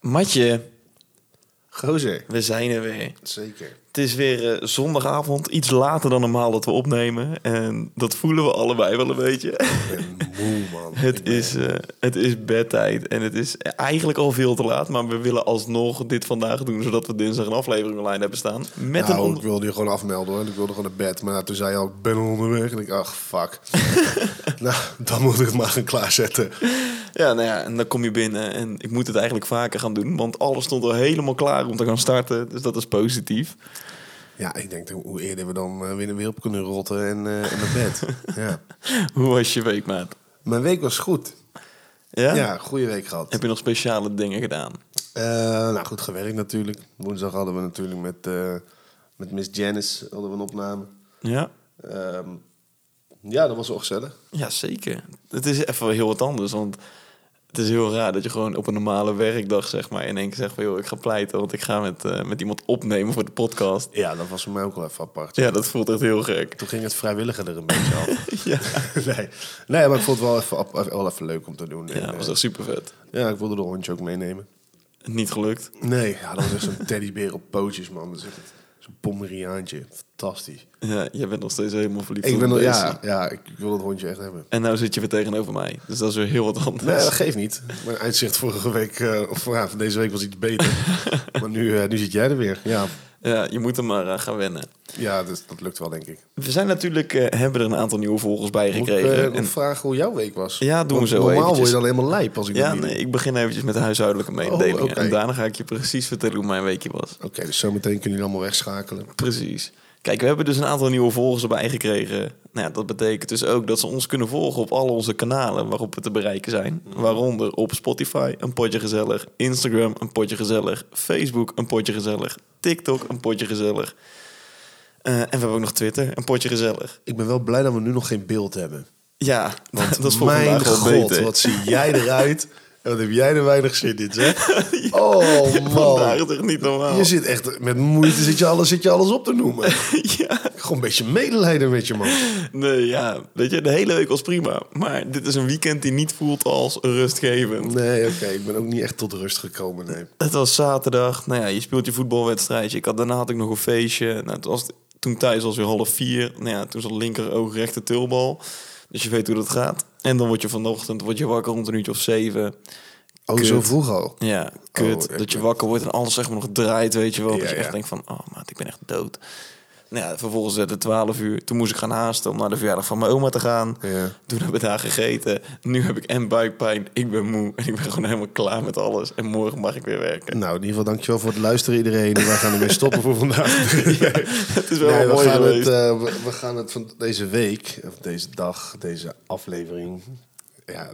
Matje, Gozer. we zijn er weer. Zeker. Het is weer eh, zondagavond, iets later dan normaal dat we opnemen. En dat voelen we allebei wel een beetje. Ik ben moe, man. Ik Het ben- is, eh, het is bedtijd en het is eigenlijk al veel te laat. Maar we willen alsnog dit vandaag doen, zodat we dinsdag een aflevering online hebben staan. Met een Nou, onder- ik wilde je gewoon afmelden hoor. Ik wilde gewoon naar bed. Maar nou, toen zei je al, ik ben al onderweg. En ik, ach, fuck. nou, dan moet ik het maar gaan klaarzetten. Ja, nou ja, en dan kom je binnen en ik moet het eigenlijk vaker gaan doen. Want alles stond al helemaal klaar om te gaan starten, dus dat is positief. Ja, ik denk, hoe eerder we dan eh, weer, weer op kunnen rotten en, eh, en naar bed. ja. Hoe was je week, maat? Mijn week was goed. Ja? Ja, goede week gehad. Heb je nog speciale dingen gedaan? Eh, nou, goed gewerkt natuurlijk. Woensdag hadden we natuurlijk met, eh, met Miss Janice hadden we een opname. Ja? Ehm, ja, dat was wel gezellig. Ja, zeker. Het is even heel wat anders, want het is heel raar dat je gewoon op een normale werkdag, zeg maar, in één keer zegt van, joh, ik ga pleiten, want ik ga met, eh, met iemand opnemen voor de podcast. Ja, dat was voor mij ook wel even apart. Ja, dat voelt echt heel gek. Toen ging het vrijwilliger er een beetje af. Ja, nee. nee, maar ik vond het wel even, ap- wel even leuk om te doen. En, ja dat eh, was echt super vet. ja, ik wilde de hondje ook meenemen. Niet gelukt. Nee, ja, dat was echt zo'n teddybeer op pootjes, man. Dat is echt Zo'n pomeriaantje. Fantastisch. Ja, jij bent nog steeds helemaal verliefd Ik op ben al, deze. ja, ja, ik ik wil dat hondje echt hebben. En nou zit je weer tegenover mij, dus dat is weer heel wat anders. Nee, dat geeft niet. Mijn uitzicht vorige week, eh, of ja, van deze week was iets beter. maar nu, eh, nu zit jij er weer. Ja, Ja, je moet er maar aan gaan wennen. ja dus, dat lukt wel, denk ik. We zijn natuurlijk, eh, hebben er een aantal nieuwe volgers bij Moet ik eh, gekregen. nog en, vragen hoe jouw week was? Ja, doen we Want zo Normaal eventjes. word je dan helemaal lijp als ik ja, dat niet nee, doe. ik begin eventjes met de huishoudelijke mededelingen. Oh, oké. En daarna ga ik je precies vertellen hoe mijn weekje was. Oké, dus zometeen kunnen jullie allemaal wegschakelen. Precies. Kijk, we hebben dus een aantal nieuwe volgers erbij gekregen. Nou ja, dat betekent dus ook dat ze ons kunnen volgen op al onze kanalen waarop we te bereiken zijn. Waaronder op Spotify, een potje gezellig. Instagram, een potje gezellig. Facebook, een potje gezellig. TikTok, een potje gezellig. Eh, en we hebben ook nog Twitter, een potje gezellig. Ik ben wel blij dat we nu nog geen beeld hebben. Ja, want dat is voor Mijn vandaag wel god, beter. wat zie jij eruit. En wat heb jij er weinig zin in, zeg. Oh, Vandaag man. is echt niet normaal. Je zit echt met moeite zit je alles, zit je alles op te noemen. ja. Gewoon een beetje medelijden met je, man. Nee, ja, weet je, de hele week was prima. Maar dit is een weekend die niet voelt als rustgevend. Nee, oké. ik ben ook niet echt tot rust gekomen, nee. Het was zaterdag. Nou ja, je speelt je voetbalwedstrijdje. Ik had, daarna had ik nog een feestje. Nou, het was, toen thuis was weer half vier. Nou ja, toen zat linker oog rechter tilbal. Dus je weet hoe dat gaat. En dan word je vanochtend word je wakker rond een uurtje of zeven. Oh, Kut. zo vroeg al. Ja, kut. Oh, ik dat je ben- wakker wordt en alles zeg maar nog draait, weet je wel. Ja, dat je echt ja. denkt van, oh maat, ik ben echt dood. Nou ja, vervolgens werd het 12 uur. Toen moest ik gaan haasten om naar de verjaardag van mijn oma te gaan. Ja. Toen hebben we daar gegeten. Nu heb ik en buikpijn, ik ben moe en ik ben gewoon helemaal klaar met alles. En morgen mag ik weer werken. Nou, in ieder geval dankjewel voor het luisteren iedereen. Wij gaan ermee stoppen voor vandaag. Het is wel wel Nee, we, mooi gaan geweest. het, eh, we, we gaan het van deze week, of deze dag, deze aflevering. Ja,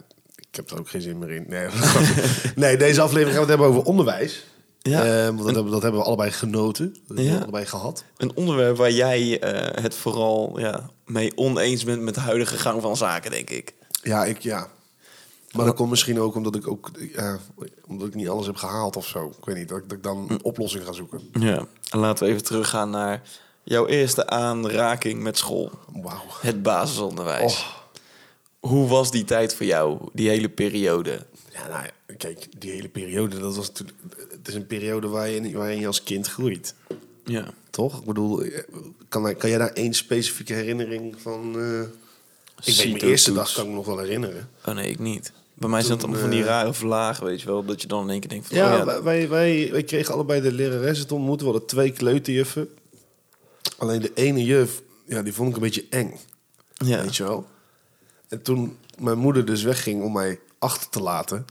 ik heb er ook geen zin meer in. Nee, nee deze aflevering gaan we het hebben over onderwijs. Ja. Eh, want dat, hebben, dat hebben we allebei genoten. Dat hebben we Ja. allebei gehad. Een onderwerp waar jij eh, het vooral ja, mee oneens bent met de huidige gang van zaken, denk ik. Ja, ik ja. Maar dat komt misschien ook omdat ik ook eh, omdat ik niet alles heb gehaald of zo. Ik weet niet. Dat, ik- dat ik dan een oplossing ga zoeken. Ja. Laten we even teruggaan naar jouw eerste aanraking met school. Wauw. Het basisonderwijs. Oh. Hoe was die tijd voor jou, die hele periode? Ja, nou, ja, kijk, die hele periode, dat was natuurlijk. Het is een periode waar je, waarin je als kind groeit. Ja. Toch? Ik bedoel, eh, kan, kan jij daar één specifieke herinnering van... eh, ik weet mijn Cito eerste toets. dag kan ik me nog wel herinneren. Oh nee, ik niet. Bij mij zijn het allemaal eh, van die rare vlagen, weet je wel. Dat je dan in één keer denkt van, Ja, oh ja, Wij, wij, wij kregen allebei de leraressen te ontmoeten. We hadden twee kleuterjuffen. Alleen de ene juf, ja, die vond ik een beetje eng. ja. Weet je wel? En toen mijn moeder dus wegging om mij achter te laten...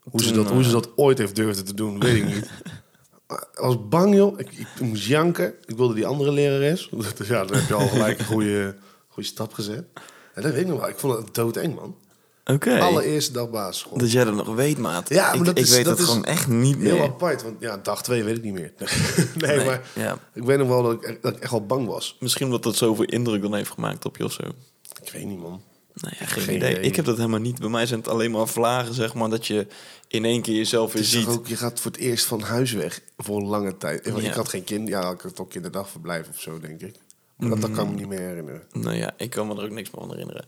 Hoe ze, Toen, eh, dat, hoe ze dat ooit heeft durfde te doen, weet ik niet. Maar Ik was bang, joh. Ik, ik moest janken. Ik wilde die andere lerares. Dus ja, dan heb je al gelijk een goede, goede stap gezet. En dat weet ik nog wel. Ik vond het doodeng, man. Oké. Allereerste dag basisschool. Dat jij dat nog weet, maat. Ja, maar ik, dat ik is- weet dat dat, is gewoon echt niet Heel meer. apart, want ja, dag twee weet ik niet meer. nee, Nee, maar ja. ik weet nog wel dat ik, dat ik echt wel bang was. Misschien omdat dat zoveel indruk dan heeft gemaakt op je of zo. Ik weet niet, man. Nou ja, geen, Geen idee. idee. Ik heb dat helemaal niet. Bij mij zijn het alleen maar vlagen, zeg maar, dat je in één keer jezelf weer Je, ziet. zag ook, je gaat voor het eerst van huis weg voor een lange tijd. Want Ja. Ik had geen kind. Ja, ik had ook kinderdagverblijf of zo, denk ik. Maar dat, dat kan Mm. ik me niet meer herinneren. Nou ja, ik kan me er ook niks meer van herinneren.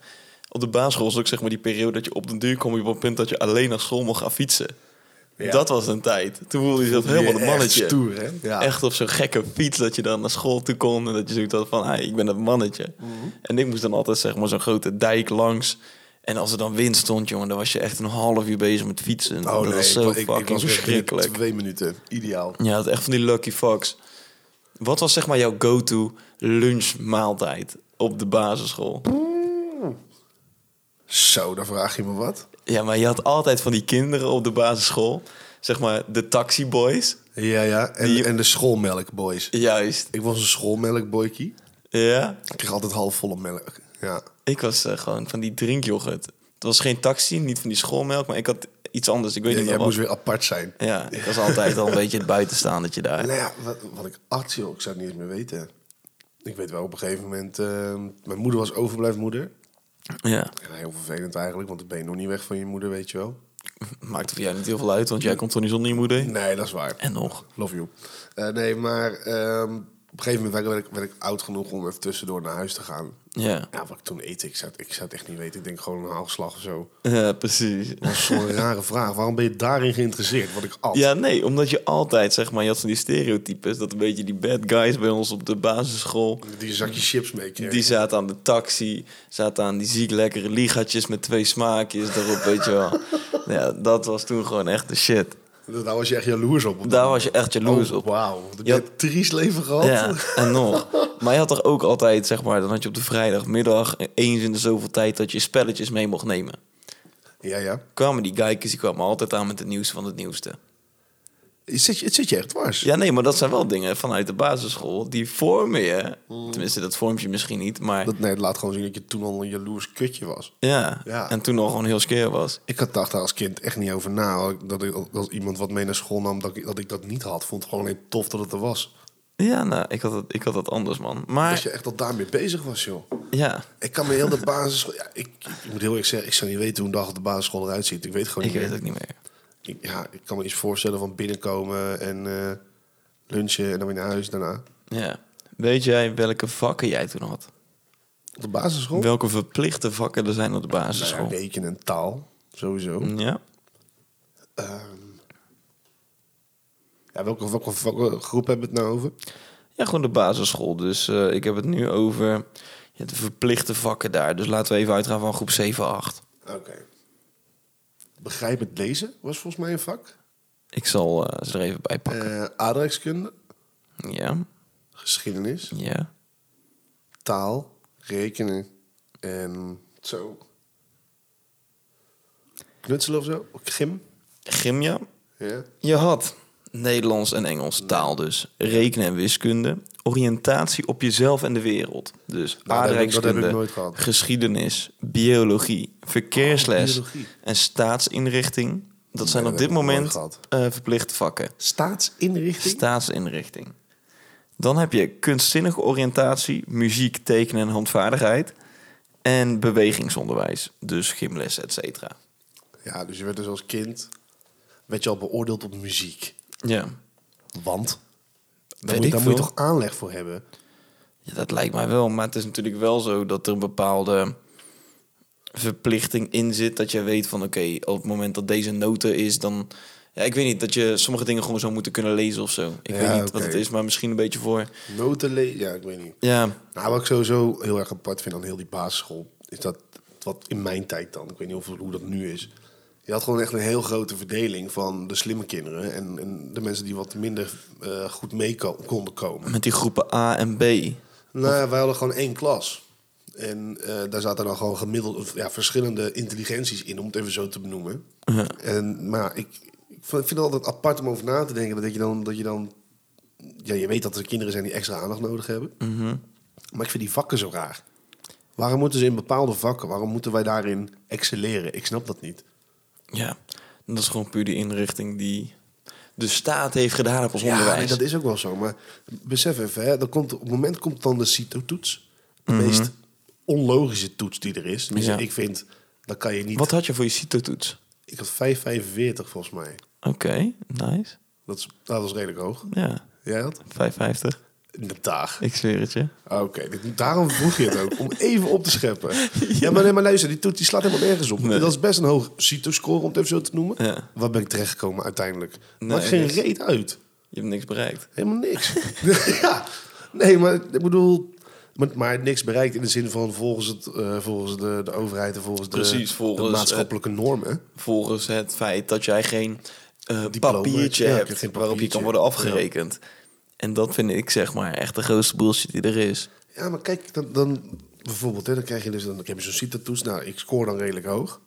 Op de basisschool was ook zeg maar die periode dat je op den duur kwam je op een punt dat je alleen naar school mocht gaan fietsen. Ja. Dat was een tijd. Toen voelde je dat helemaal een Echt mannetje. Stoer, hè? Oh, Ja. Echt op zo'n gekke fiets dat je dan naar school toe kon. En dat je zoiets had van, ah, ik ben dat mannetje. Mhm. En ik moest dan altijd zeg maar zo'n grote dijk langs. En als er dan wind stond, jongen, dan was je echt een half uur bezig met fietsen. Oh dat nee, was ik zo wa- ik, ik fucking was echt verschrikkelijk. Twee minuten, ideaal. Ja, het echt van die lucky fucks. Wat was zeg maar jouw go-to lunchmaaltijd op de basisschool? Zo, dan vraag je me wat. Ja, maar je had altijd van die kinderen op de basisschool. Zeg maar de taxiboys. Ja, ja. En, Die- en de schoolmelkboys. Juist. Ik was een schoolmelkboykie. Ja. Ik kreeg altijd halfvolle melk. Ja. Ik was eh, gewoon van die drinkyoghurt. Het was geen taxi, niet van die schoolmelk, maar ik had iets anders. Ik weet Ja, niet jij meer wat. moest weer apart zijn. Ja, ik was altijd al een beetje het buitenstaandertje daar. Nou ja, wat, wat ik at, joh, ik zou het niet eens meer weten. Ik weet wel, op een gegeven moment... ehm, mijn moeder was overblijfmoeder. Ja. Ja, heel vervelend eigenlijk, want dan ben je nog niet weg van je moeder, weet je wel. Maakt voor jou niet heel veel uit, want jij komt toch niet zonder je moeder heen? Nee, dat is waar. En nog. Love you. Eh, nee, maar ehm, op een gegeven moment werd ik, werd ik oud genoeg om even tussendoor naar huis te gaan. Ja, Ja, wat ik toen eten, ik zou, het- ik zou het echt niet weten. Ik denk gewoon een haalslag of zo. ja precies. Dat is zo'n rare vraag. Waarom ben je daarin geïnteresseerd? Wat ik at. Ja, nee, omdat je altijd, zeg maar, je had van die stereotypes. Dat een beetje die bad guys bij ons op de basisschool. Die zakje chips meekreeg. Die zaten aan de taxi, zaten aan die ziek lekkere ligatjes met twee smaakjes erop, weet je wel. Ja, dat was toen gewoon echt de shit. Daar was je echt jaloers op. op Daar dat was je echt jaloers Oh, op. Wauw. Heb Ja. je een triest leven gehad? Ja, en nog. Maar je had er ook altijd, zeg maar, dan had je op de vrijdagmiddag eens in de zoveel tijd dat je spelletjes mee mocht nemen. ja. ja. Kwamen die geikers, die kwamen altijd aan met het nieuws van het nieuwste. Het, zit, je- het zit je echt dwars. Ja, nee, maar dat zijn wel dingen vanuit de basisschool. Die vormen je. Tenminste, dat vormt je misschien niet, maar Mm. Dat, nee, het laat gewoon zien dat je toen al een jaloers kutje was. ja. Ja. En toen al gewoon heel skeer was. Ik had dacht daar als kind echt niet over na. Dat, ik, dat iemand wat mee naar school nam, dat ik dat, ik dat niet had. Vond het gewoon alleen tof dat het er was. Ja, nou, ik had dat, ik had dat anders, man. Maar Dat je echt al daarmee bezig was, joh. ja, Ik kan me heel de basisschool... Ja, ik, ik moet heel eerlijk zeggen, ik zou niet weten hoe een dag op de basisschool eruit ziet. Ik weet gewoon ik niet weet het meer. ook niet meer. Ik, ja, ik kan me iets voorstellen van binnenkomen en eh, lunchen en dan weer naar huis daarna. Ja. Weet jij welke vakken jij toen had? Op de basisschool? Welke verplichte vakken er zijn op de Nou ja, basisschool? Mm. rekenen en taal, sowieso. Ja. Ehm, ja, welke, welke, welke groep hebben we het nou over? Ja, gewoon de basisschool. Dus eh, ik heb het nu over ja, de verplichte vakken daar. Dus laten we even uitgaan van groep 7, 8. Oké. Begrijpend lezen was volgens mij een vak. Ik zal eh, ze er even bij pakken. Eh aardrijkskunde, Eh. Ja, geschiedenis, ja. taal, rekenen en zo. Knutselen of zo? Gym? Gymja, Ja. je had Nederlands en Engels taal dus. Rekenen en wiskunde. Oriëntatie op jezelf en de wereld. Dus dat heb ik- Nou, dat heb ik aardrijkskunde, nooit gehad. geschiedenis, biologie, verkeersles Oh, biologie. en staatsinrichting. Dat zijn dat op heb dit ik nooit moment gehad. eh, verplichte vakken. Staatsinrichting? Staatsinrichting. Dan heb je kunstzinnige oriëntatie, muziek, tekenen en handvaardigheid. En bewegingsonderwijs, dus gymles, et cetera. ja, dus je werd dus als kind werd je al beoordeeld op muziek. Ja. Want? Weet Daar, moet, ik daar moet je veel. toch aanleg voor hebben? ja, dat lijkt mij wel. Maar het is natuurlijk wel zo dat er een bepaalde verplichting in zit. Dat je weet van oké, op het moment dat deze noten is, dan. Ja, ik weet niet, dat je sommige dingen gewoon zo moeten kunnen lezen of zo. Ik Ja, weet niet wat oké. het is, maar misschien een beetje voor. Noten lezen? Ja, ik weet niet. Ja, Nou, wat ik sowieso heel erg apart vind aan heel die basisschool... is dat wat in mijn tijd dan, ik weet niet of, hoe dat nu is... je had gewoon echt een heel grote verdeling van de slimme kinderen... en, en de mensen die wat minder eh, goed mee ko- konden komen. met die groepen A en B. Nou, ja, wij hadden gewoon één klas. En eh, daar zaten dan gewoon gemiddeld, of, ja, verschillende intelligenties in, om het even zo te benoemen. En, maar ja, ik, ik v- vind het altijd apart om over na te denken. Dat je dan, dat je dan ja, je weet dat er kinderen zijn die extra aandacht nodig hebben. Maar ik vind die vakken zo raar. Waarom moeten ze in bepaalde vakken, waarom moeten wij daarin excelleren? Ik snap dat niet. Ja, dat is gewoon puur die inrichting die de staat heeft gedaan op ons Ja, nee, onderwijs. dat is ook wel zo. Maar besef even, hè, dan komt, op het moment komt dan de CITO-toets. De meest onlogische toets die er is. Tenminste, Mhm. Ja. ik vind, dan kan je niet... Wat had je voor je CITO-toets? Ik had 5,45 volgens mij. Oké, nice. Dat, is, dat was redelijk hoog. Ja, Jij had? 550. Dag. Ik zweer het je. Ah, Oké, dit- daarom vroeg je het ook. Om even op te scheppen. Ja, maar, nee, maar luister, die toet die slaat helemaal nergens op. Nee. Dat is best een hoog CITO-score, om het even zo te noemen. Ja. Waar ben ik terechtgekomen uiteindelijk? Nee, Maakt geen dus- reet uit. Je hebt niks bereikt. Helemaal niks. ja. Nee, maar ik bedoel... Maar, maar niks bereikt in de zin van volgens, het, eh, volgens de, de overheid en volgens, Precies, de, volgens, eh, de maatschappelijke normen. Volgens het feit dat jij geen eh, Diploma, papiertje ja, ik heb hebt geen papiertje. waarop je kan worden afgerekend. En dat vind ik zeg maar echt de grootste bullshit die er is. Ja, maar kijk, dan, dan bijvoorbeeld, hè, dan krijg je dus dan heb je zo'n CITO-toets. Nou, ik scoor dan redelijk hoog.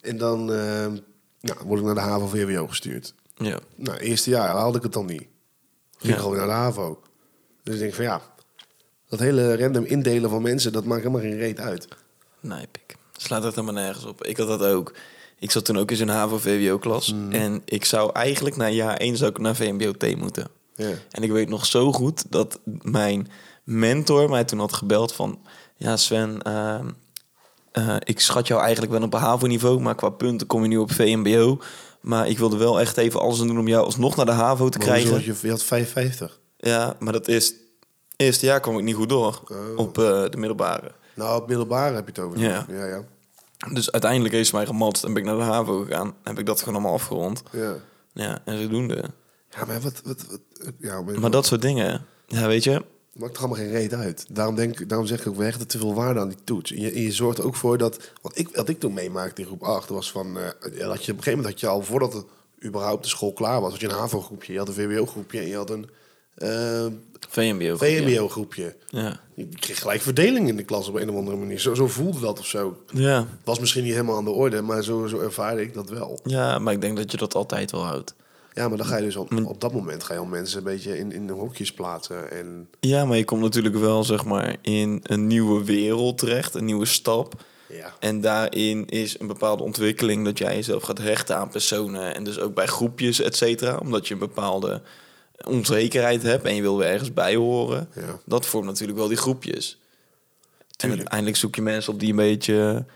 En dan eh, nou, word ik naar de HAVO of VWO gestuurd. Ja. Nou, eerste jaar haalde ik het dan niet. Ging Ja. gewoon naar de HAVO. Dus ik denk van ja, dat hele random indelen van mensen, dat maakt helemaal geen reet uit. Nee, pik. Slaat dat helemaal nergens op. Ik had dat ook. Ik zat toen ook in zo'n HAVO-VWO-klas. Mm. En ik zou eigenlijk na jaar 1 zou ik naar VMBO-T moeten. Ja. En ik weet nog zo goed dat mijn mentor mij toen had gebeld van... Ja, Sven, ehm, eh, ik schat jou eigenlijk wel op HAVO-niveau... maar qua punten kom je nu op VMBO. Maar ik wilde wel echt even alles aan doen om jou alsnog naar de HAVO te Maar hoezo krijgen. had Je, je had 55. Ja, maar dat is... Eerste jaar kwam ik niet goed door Oh. op eh, de middelbare. Nou, op middelbare heb je het over. Ja. Ja, ja. Dus uiteindelijk heeft ze mij gematst en ben ik naar de HAVO gegaan. Heb ik dat gewoon allemaal afgerond. Ja, Ja, en zodoende. ja maar wat... wat, wat ja, maar, Maar dat soort dingen, ja, weet je... maakt toch allemaal geen reet uit. Daarom, denk, daarom zeg ik ook, we hechten te veel waarde aan die toets. En je, en je zorgt er ook voor dat... Wat ik, wat ik toen meemaakte in groep 8 was van... eh, ja, dat je, op een gegeven moment had je al, voordat het überhaupt de school klaar was... had je een HAVO-groepje, je had een VWO-groepje en je had een eh, VMBO. VMBO-groepje. Ja. Je kreeg gelijk verdeling in de klas op een of andere manier. Zo, zo voelde dat of zo. Ja. Was misschien niet helemaal aan de orde, maar zo, zo ervaarde ik dat wel. Ja, maar ik denk dat je dat altijd wel houdt. Ja, maar dan ga je dus op, op dat moment ga je al mensen een beetje in, in de hokjes plaatsen. En Ja, maar je komt natuurlijk wel zeg maar in een nieuwe wereld terecht, een nieuwe stap. ja, En daarin is een bepaalde ontwikkeling dat jij jezelf gaat hechten aan personen en dus ook bij groepjes, et cetera, omdat je een bepaalde onzekerheid hebt en je wil weer ergens bij horen. Ja. Dat vormt natuurlijk wel die groepjes. En Tuurlijk. uiteindelijk zoek je mensen op die een beetje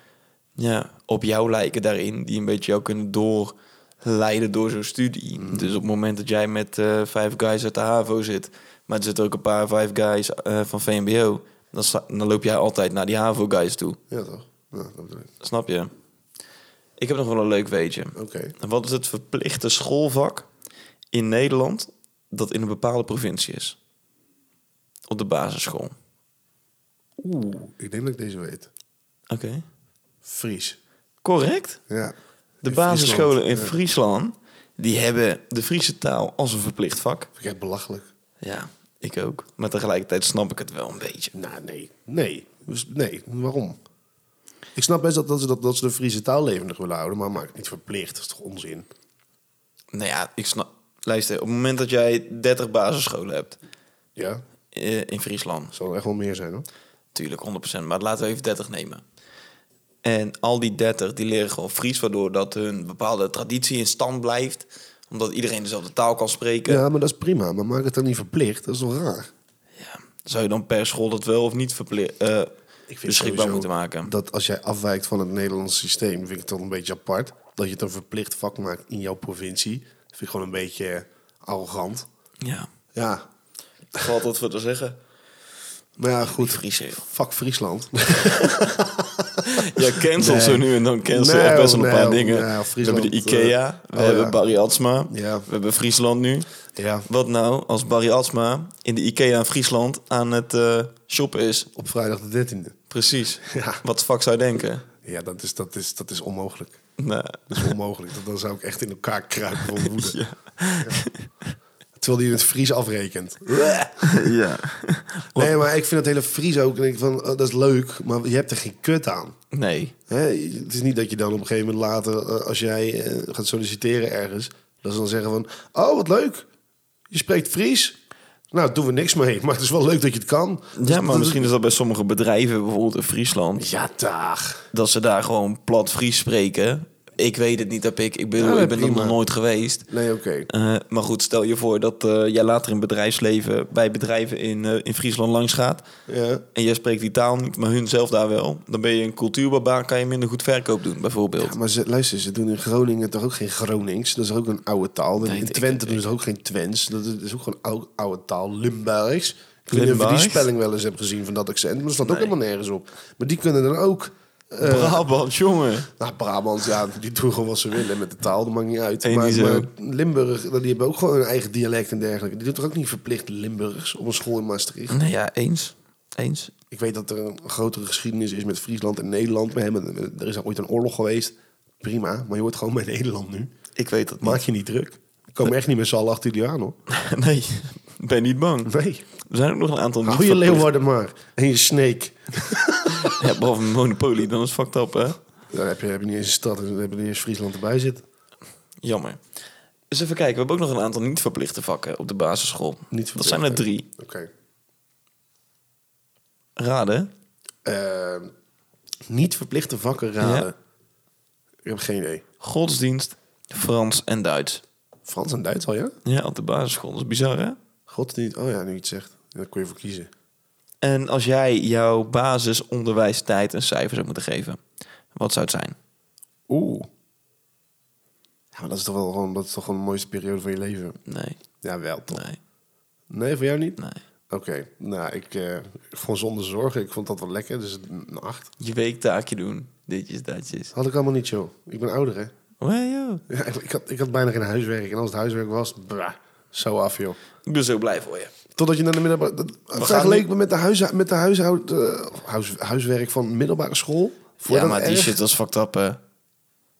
ja, op jou lijken daarin, die een beetje jou kunnen doorleiden door zo'n studie. Mm. Dus op het moment dat jij met eh vijf guys uit de HAVO zit, maar er zitten ook een paar vijf guys eh, van VMBO, dan, sta- dan loop jij altijd naar die HAVO-guys toe. ja toch? Ja, dat bedoel ik. Snap je? Ik heb nog wel een leuk weetje. Oké. Wat is het verplichte schoolvak in Nederland dat in een bepaalde provincie is? Op de basisschool. Oeh, ik denk dat ik deze weet. Oké. Fries. Correct. Ja. De In basisscholen in Friesland. Ja. Friesland, die hebben de Friese taal als een verplicht vak. Vind ik echt belachelijk. Ja, ik ook. Maar tegelijkertijd snap ik het wel een beetje. Nou, nee. Nee. Dus- nee, waarom? Ik snap best dat, dat, ze, dat, dat ze de Friese taal levendig willen houden, maar maakt het niet verplicht. Dat is toch onzin? Nou ja, ik snap... Luister, op het moment dat jij 30 basisscholen hebt Ja, dat eh, in Friesland... zal er echt wel meer zijn hoor. Tuurlijk, 100%. Maar laten we even 30 nemen. En al die 30 die leren gewoon Fries, waardoor dat hun bepaalde traditie in stand blijft. Omdat iedereen dezelfde taal kan spreken. Ja, maar dat is prima. Maar maak het dan niet verplicht. Dat is toch raar? Ja. Zou je dan per school dat wel of niet verpli- eh, beschikbaar sowieso moeten maken? Dat als jij afwijkt van het Nederlandse systeem, vind ik het dan een beetje apart. Dat je het een verplicht vak maakt in jouw provincie. Vind ik gewoon een beetje eh, arrogant. Ja. Ja, Valt dat voor te zeggen? maar ja, goed. Fries, joh. Fuck Friesland. Ja, cancel Nee. zo nu en dan cancel Nee, echt best wel een nee, paar nee, dingen. Friesland, we hebben de IKEA, we eh, oh, hebben ja. Barry Atsma, Ja. we hebben Friesland nu. ja, Wat nou als Barry Atsma in de IKEA in Friesland aan het eh, shoppen is? op vrijdag de 13e. Precies. Ja. Wat de fuck zou je denken? Ja, dat is, dat is, dat is onmogelijk. Nou, Dat is onmogelijk. Dat- Dan zou ik echt in elkaar kruipen van woede. ja. Terwijl die in het Fries afrekent. ja. Nee, maar ik vind het hele Fries ook. En ik van, oh, dat is leuk, maar je hebt er geen kut aan. Nee. Hè, het is niet dat je dan op een gegeven moment later, eh, als jij eh, gaat solliciteren ergens, dat ze dan zeggen van, oh wat leuk, je spreekt Fries. Nou, doen we niks mee, maar het is wel leuk dat je het kan. Ja, Dus maar misschien is dat bij sommige bedrijven, bijvoorbeeld in Friesland, Ja, dag. dat ze daar gewoon plat Fries spreken. Ik weet het niet, heb ik. Ik bedoel, Ja, ik ben er prima. nog nooit geweest. Nee, oké. Eh, maar goed, stel je voor dat eh, jij later in bedrijfsleven bij bedrijven in, eh, in Friesland langs gaat. Ja. En jij spreekt die taal niet, maar hun zelf daar wel. Dan ben je een cultuurbarbaar, kan je minder goed verkoop doen, bijvoorbeeld. Ja, maar ze, luister, ze doen in Groningen toch ook geen Gronings? Dat is ook een oude taal. Nee, in ik- Twente doen ze ook geen Twents. Dat is, dat is ook gewoon oude, oude taal. Limburgs. Ik weet niet of je die Limburgs? spelling wel eens hebt gezien van dat accent. Maar dat staat ook Nee. helemaal nergens op. Maar die kunnen dan ook... eh, Brabant, jongen. nou, Brabant, ja, die doen gewoon wat ze willen met de taal. Dat maakt niet uit. Eén Maar, die zo. maar Limburg, nou, die hebben ook gewoon hun eigen dialect en dergelijke. Die doen toch ook niet verplicht Limburgs op een school in Maastricht? Nee, ja, eens. Eens. Ik weet dat er een grotere geschiedenis is met Friesland en Nederland. We hebben, er is ooit een oorlog geweest. Prima, maar je hoort gewoon bij Nederland nu. Ik weet dat Maak je niet druk. Ik kom echt niet met z'n allen achter jullie aan, hoor. Nee, ben niet bang. Nee. Er zijn ook nog een aantal Hou je verplicht- Leeuwarden maar. En je Snake. Ja, behalve Monopoly, dan is het fucked up, hè? Dan heb je, heb je niet eens een stad en dan heb je niet eens Friesland erbij zitten. Jammer. Dus even kijken, we hebben ook nog een aantal niet verplichte vakken op de basisschool. Niet dat zijn er verplichte. drie. Oké. Raden? Eh, niet verplichte vakken raden. Ik heb geen idee. Godsdienst, Frans en Duits. Frans en Duits al, ja? Ja, op de basisschool. Dat is bizar, hè? Godsdienst. Oh ja, nu je het zegt. Daar kun je voor kiezen. En als jij jouw basisonderwijstijd een cijfer zou moeten geven, wat zou het zijn? Oeh. Ja, maar dat is toch wel gewoon, dat is toch gewoon de mooiste periode van je leven. Nee, Ja, wel toch? nee, Nee, voor jou niet? nee. Oké, nou, ik, eh, ik vond zonder zorgen, ik vond dat wel lekker, dus een 8. Je weektaakje doen, ditjes, datjes. Had ik allemaal niet, joh. Ik ben ouder, hè? Well, joh. Ja, ik, had, ik had bijna geen huiswerk. En als het huiswerk was, brah, zo af, joh. Ik ben zo blij voor je. Totdat je naar de middelbare... Dat, vergeleken met de, huis, met de huishoud, eh, huis- huiswerk van middelbare school. Vond je ja, dat maar die erg? shit was fucked up, hè?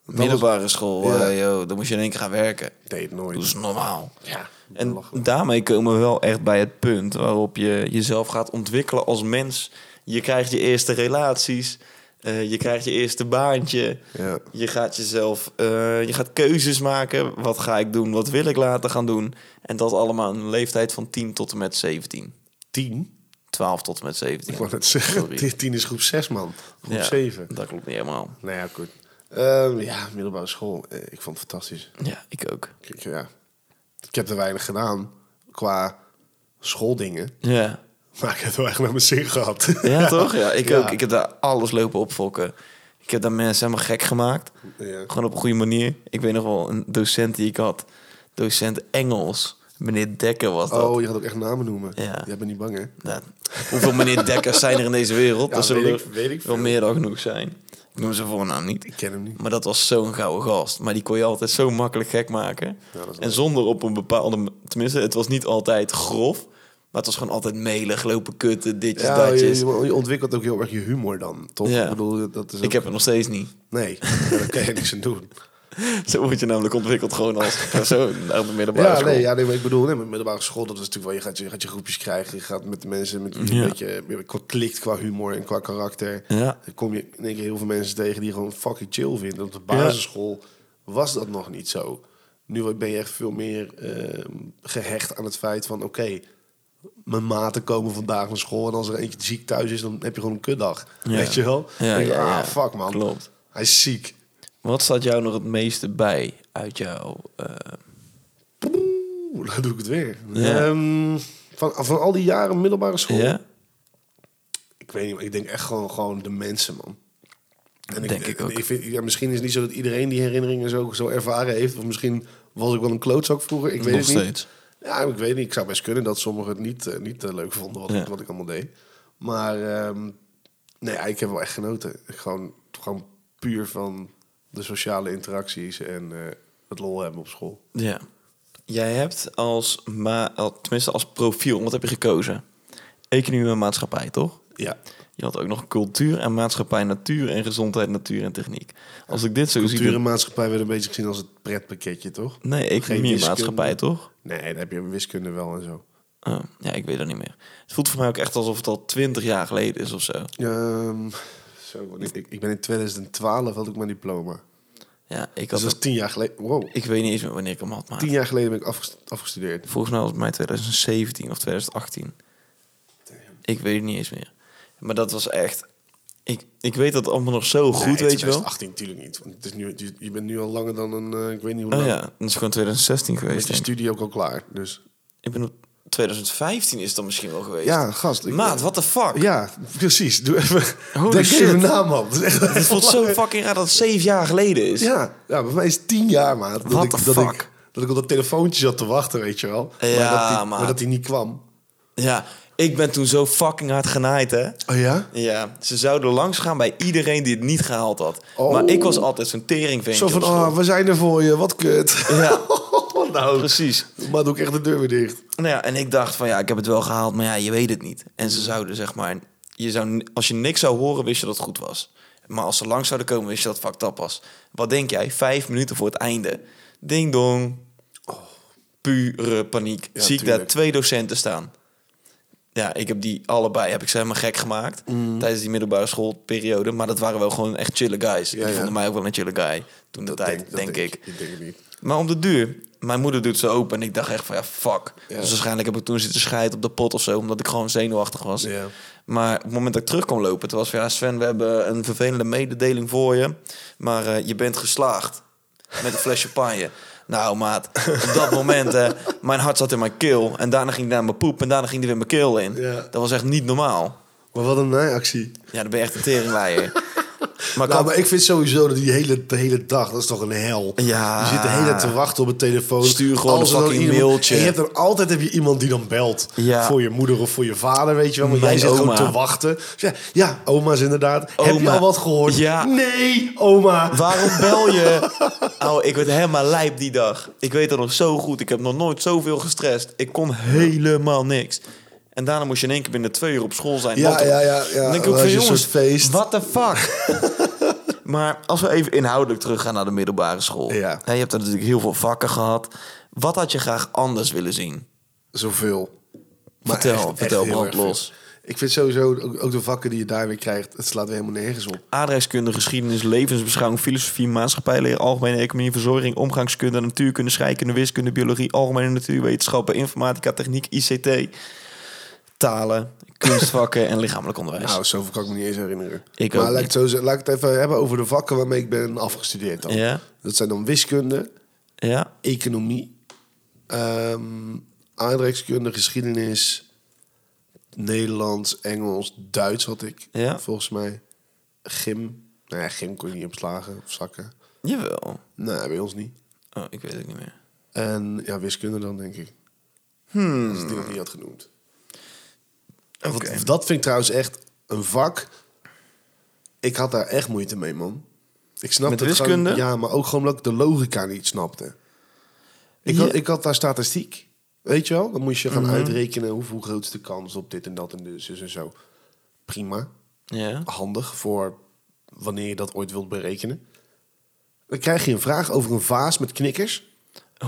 Middelbare school, Ja. eh, joh, dan moest je in één keer gaan werken. Ik deed het Dat nooit. is normaal. Ja, En belachelijk. daarmee komen we wel echt bij het punt waarop je jezelf gaat ontwikkelen als mens. Je krijgt je eerste relaties, eh, je krijgt je eerste baantje. Ja. Je gaat jezelf, eh, je gaat keuzes maken. Wat ga ik doen? Wat wil ik later gaan doen? En dat allemaal in een leeftijd van 10 tot en met 17. Tien? 12 tot en met 17. Ik wou net zeggen, Sorry. tien- tien is groep zes, man. Groep Ja, zeven. Dat klopt niet helemaal. Nou ja, goed. Ehm, ja, middelbare school. eh, ik vond het fantastisch. Ja, ik ook. Ik, eh, ja. ik heb er weinig gedaan qua schooldingen. Ja, Maar ik heb wel echt naar mijn zin gehad. ja toch? Ja, ik Ja. ook. Ik heb daar alles lopen opfokken. Ik heb daar mensen helemaal gek gemaakt. Ja. Gewoon op een goede manier. Ik weet nog wel een docent die ik had. Docent Engels. Meneer Dekker was dat. Oh, je gaat ook echt namen noemen. Ja. Jij bent niet bang, hè? Nou, hoeveel meneer Dekkers zijn er in deze wereld? Ja, dat zullen weet er ik- weet ik wel veel. meer dan genoeg zijn. Ik noem zijn voornaam niet. Ik ken hem niet. Maar dat was zo'n gouden gast. Maar die kon je altijd zo makkelijk gek maken. Ja, dat is en zonder op een bepaalde... Tenminste, het was niet altijd grof. Maar het was gewoon altijd melig, lopen kutten, ditjes, Ja, je, datjes. je ontwikkelt ook heel erg je humor dan, toch? Dus Ja. Ik bedoel, dat is ook- Ik heb het nog steeds niet. Nee, ja, daar kan je niks aan doen. Zo word je namelijk ontwikkeld gewoon als persoon. Uit de middelbare Ja, school. nee, ja, nee, maar ik bedoel, nee, met middelbare school, dat is natuurlijk wel, je gaat je, je gaat je groepjes krijgen, je gaat met mensen met wie je Ja. een beetje je klikt qua humor en qua karakter. Ja. Dan kom je in één keer heel veel mensen tegen die je gewoon fucking chill vinden. Op de basisschool was dat nog niet zo. Nu ben je echt veel meer ehm, gehecht aan het feit van, oké, mijn maten komen vandaag naar school en als er eentje ziek thuis is, dan heb je gewoon een kutdag. Ja. Weet je wel? Ja, Dan denk je, ja, ja. ah, fuck man. Klopt. Hij is ziek. Wat staat jou nog het meeste bij uit jouw... eh, Oeh, dan doe ik het weer. Ja. Ehm, van, van al die jaren middelbare school. ja? Ik weet niet, maar ik denk echt gewoon, gewoon de mensen, man. En Denk ik ook. vind, ja, misschien is het niet zo dat iedereen die herinneringen zo, zo ervaren heeft. Of misschien was ik wel een klootzak vroeger. Ik weet Nog het niet. steeds. Ja, ik weet niet. Ik zou best kunnen dat sommigen het niet, eh, niet eh, leuk vonden wat, Ja. ik, wat ik allemaal deed. Maar ehm, nee, ja, ik heb wel echt genoten. Gewoon, gewoon puur van de sociale interacties en eh, het lol hebben op school. Ja. Jij hebt als, ma al- tenminste als profiel, wat heb je gekozen? Economie en maatschappij, toch? Ja. Je had ook nog cultuur en maatschappij, natuur en gezondheid, natuur en techniek. Als ik dit zo Cultuur zie... en maatschappij werden een beetje gezien als het pretpakketje, toch? dan- Nee, economie en wiskunde. maatschappij, toch? Nee, daar heb je wiskunde wel en zo. Oh, ja, ik weet dat niet meer. Het voelt voor mij ook echt alsof het al twintig jaar geleden is of zo. Ehm, zo, want ik, ik- ik ben in 2012 had ik mijn diploma. Ja, ik Dus had... dat het- is tien jaar geleden. Wow. Ik weet niet eens meer wanneer ik hem had, maar... Tien jaar geleden ben ik afges- afgestudeerd. Volgens mij was het mij 2017 of 2018. Ik weet het niet eens meer. Maar dat was echt... Ik, ik weet dat allemaal nog zo goed, Nee, weet je wel. 18 natuurlijk niet. Want het is nu, je, je bent nu al langer dan een, eh, ik weet niet hoe lang. Oh ja, dat is gewoon 2016 Is geweest. je denk ik. studie ook al klaar. Dus Ik ben op 2015 is dat misschien wel geweest. ja, gast. ik- Maat, what the fuck? Ja, precies. Doe even. Holy Denk shit. even na, man. Dat is echt- Het voelt zo fucking raar dat het zeven jaar geleden is. Ja, ja, bij mij is het tien jaar, maat. Dat What ik, the dat fuck? Ik, dat ik op dat telefoontje zat te wachten, weet je wel. Ja, maar, dat die, maat. maar dat die niet kwam. Ja, ik ben toen zo fucking hard genaaid, hè. Oh ja? Ja, ze zouden langs gaan bij iedereen die het niet gehaald had. Oh. Maar ik was altijd zo'n teringveentje. Zo van, op school. oh, we zijn er voor je, wat kut. Ja. nou, Precies. maar doe ik echt de deur weer dicht. Nou ja, en ik dacht van ja, ik heb het wel gehaald, maar ja, je weet het niet. En ze zouden zeg maar, je zou, als je niks zou horen, wist je dat het goed was. Maar als ze langs zouden komen, wist je dat het fucked up was. Wat denk jij? Vijf minuten voor het einde. Ding dong. Pure paniek. Ja, Zie ik daar tuurlijk. twee docenten staan. Ja, ik heb die allebei, heb ik ze helemaal gek gemaakt. Mm. Tijdens die middelbare schoolperiode. Maar dat waren wel gewoon echt chille guys. die ja. vonden mij ook wel een chille guy. Toen de tijd, dat denk ik. Ik denk het niet. Maar om de duur, mijn moeder doet ze open en ik dacht echt van ja, fuck. Ja. Dus waarschijnlijk heb ik toen zitten scheiden op de pot of zo, omdat ik gewoon zenuwachtig was. Ja. Maar op het moment dat ik terug kwam lopen, toen was van ja, Sven, we hebben een vervelende mededeling voor je. Maar eh, je bent geslaagd met een fles champagne. Nou, maat, op dat moment, eh, mijn hart zat in mijn keel. En daarna ging ik naar mijn poep en daarna ging die weer mijn keel in. Ja. Dat was echt niet normaal. Maar wat een nijactie. Ja, dan ben je echt een teringleier. Maar, ik Nou, had- maar ik vind sowieso dat die hele, de hele dag, dat is toch een hel. Ja. Je zit de hele tijd te wachten op een telefoon. Stuur gewoon Als een er dan fucking iemand- mailtje. En je hebt dan altijd heb je iemand die dan belt. Ja. Voor je moeder of voor je vader, weet je wel. Want Mijn jij zit oma. gewoon te wachten. Dus ja, ja, oma's inderdaad. Heb je Oma. al wat gehoord? Ja. Nee, oma. Waarom bel je? Oh, ik werd helemaal lijp die dag. Ik weet dat nog zo goed. Ik heb nog nooit zoveel gestrest. Ik kon helemaal niks. En daarna moest je in één keer binnen twee uur op school zijn. Ja, Wat een- ja, ja, ja. Dan denk ik Dan ook van had je een jongens, soort feest. what the fuck? maar als we even inhoudelijk teruggaan naar de middelbare school. Ja. Hè, Je hebt er natuurlijk heel veel vakken gehad. Wat had je graag anders willen zien? Zoveel. Vertel, vertel, heel brand erg veel. los. Ik vind sowieso ook, ook de vakken die je daar weer krijgt, het slaat weer helemaal nergens op. Aardrijkskunde, geschiedenis, levensbeschouwing, filosofie, maatschappijleer, algemene economie, verzorging, omgangskunde, natuurkunde, scheikunde, wiskunde, biologie, algemene natuurwetenschappen, informatica, techniek, ICT, talen, kunstvakken en lichamelijk onderwijs. Nou, zoveel kan ik me niet eens herinneren. Ik maar ook laat, niet. Ik het zo, zeggen- laat ik het even hebben over de vakken waarmee ik ben afgestudeerd dan. Ja. Dat zijn dan wiskunde, ja, economie, ehm aardrijkskunde, geschiedenis, Nederlands, Engels, Duits had ik. Ja. Volgens mij. Gym. Nou ja, gym kon je niet opslagen of zakken. jawel. Nee, bij ons niet. Oh, ik weet het niet meer. En ja, wiskunde dan, denk ik. Hmm. Als ik die nog niet had genoemd. En wat- dat vind ik trouwens echt een vak. Ik had daar echt moeite mee, man. Ik snapte Met het wiskunde? Gewoon, ja, maar ook gewoon omdat ik de logica niet snapte. Ik, Ja. Mhm. had, ik had daar statistiek. Weet je wel? Dan moest je gaan uitrekenen hoeveel groot is de kans op dit en dat en dus en zo. Prima. Ja. Handig voor wanneer je dat ooit wilt berekenen. Dan krijg je een vraag over een vaas met knikkers.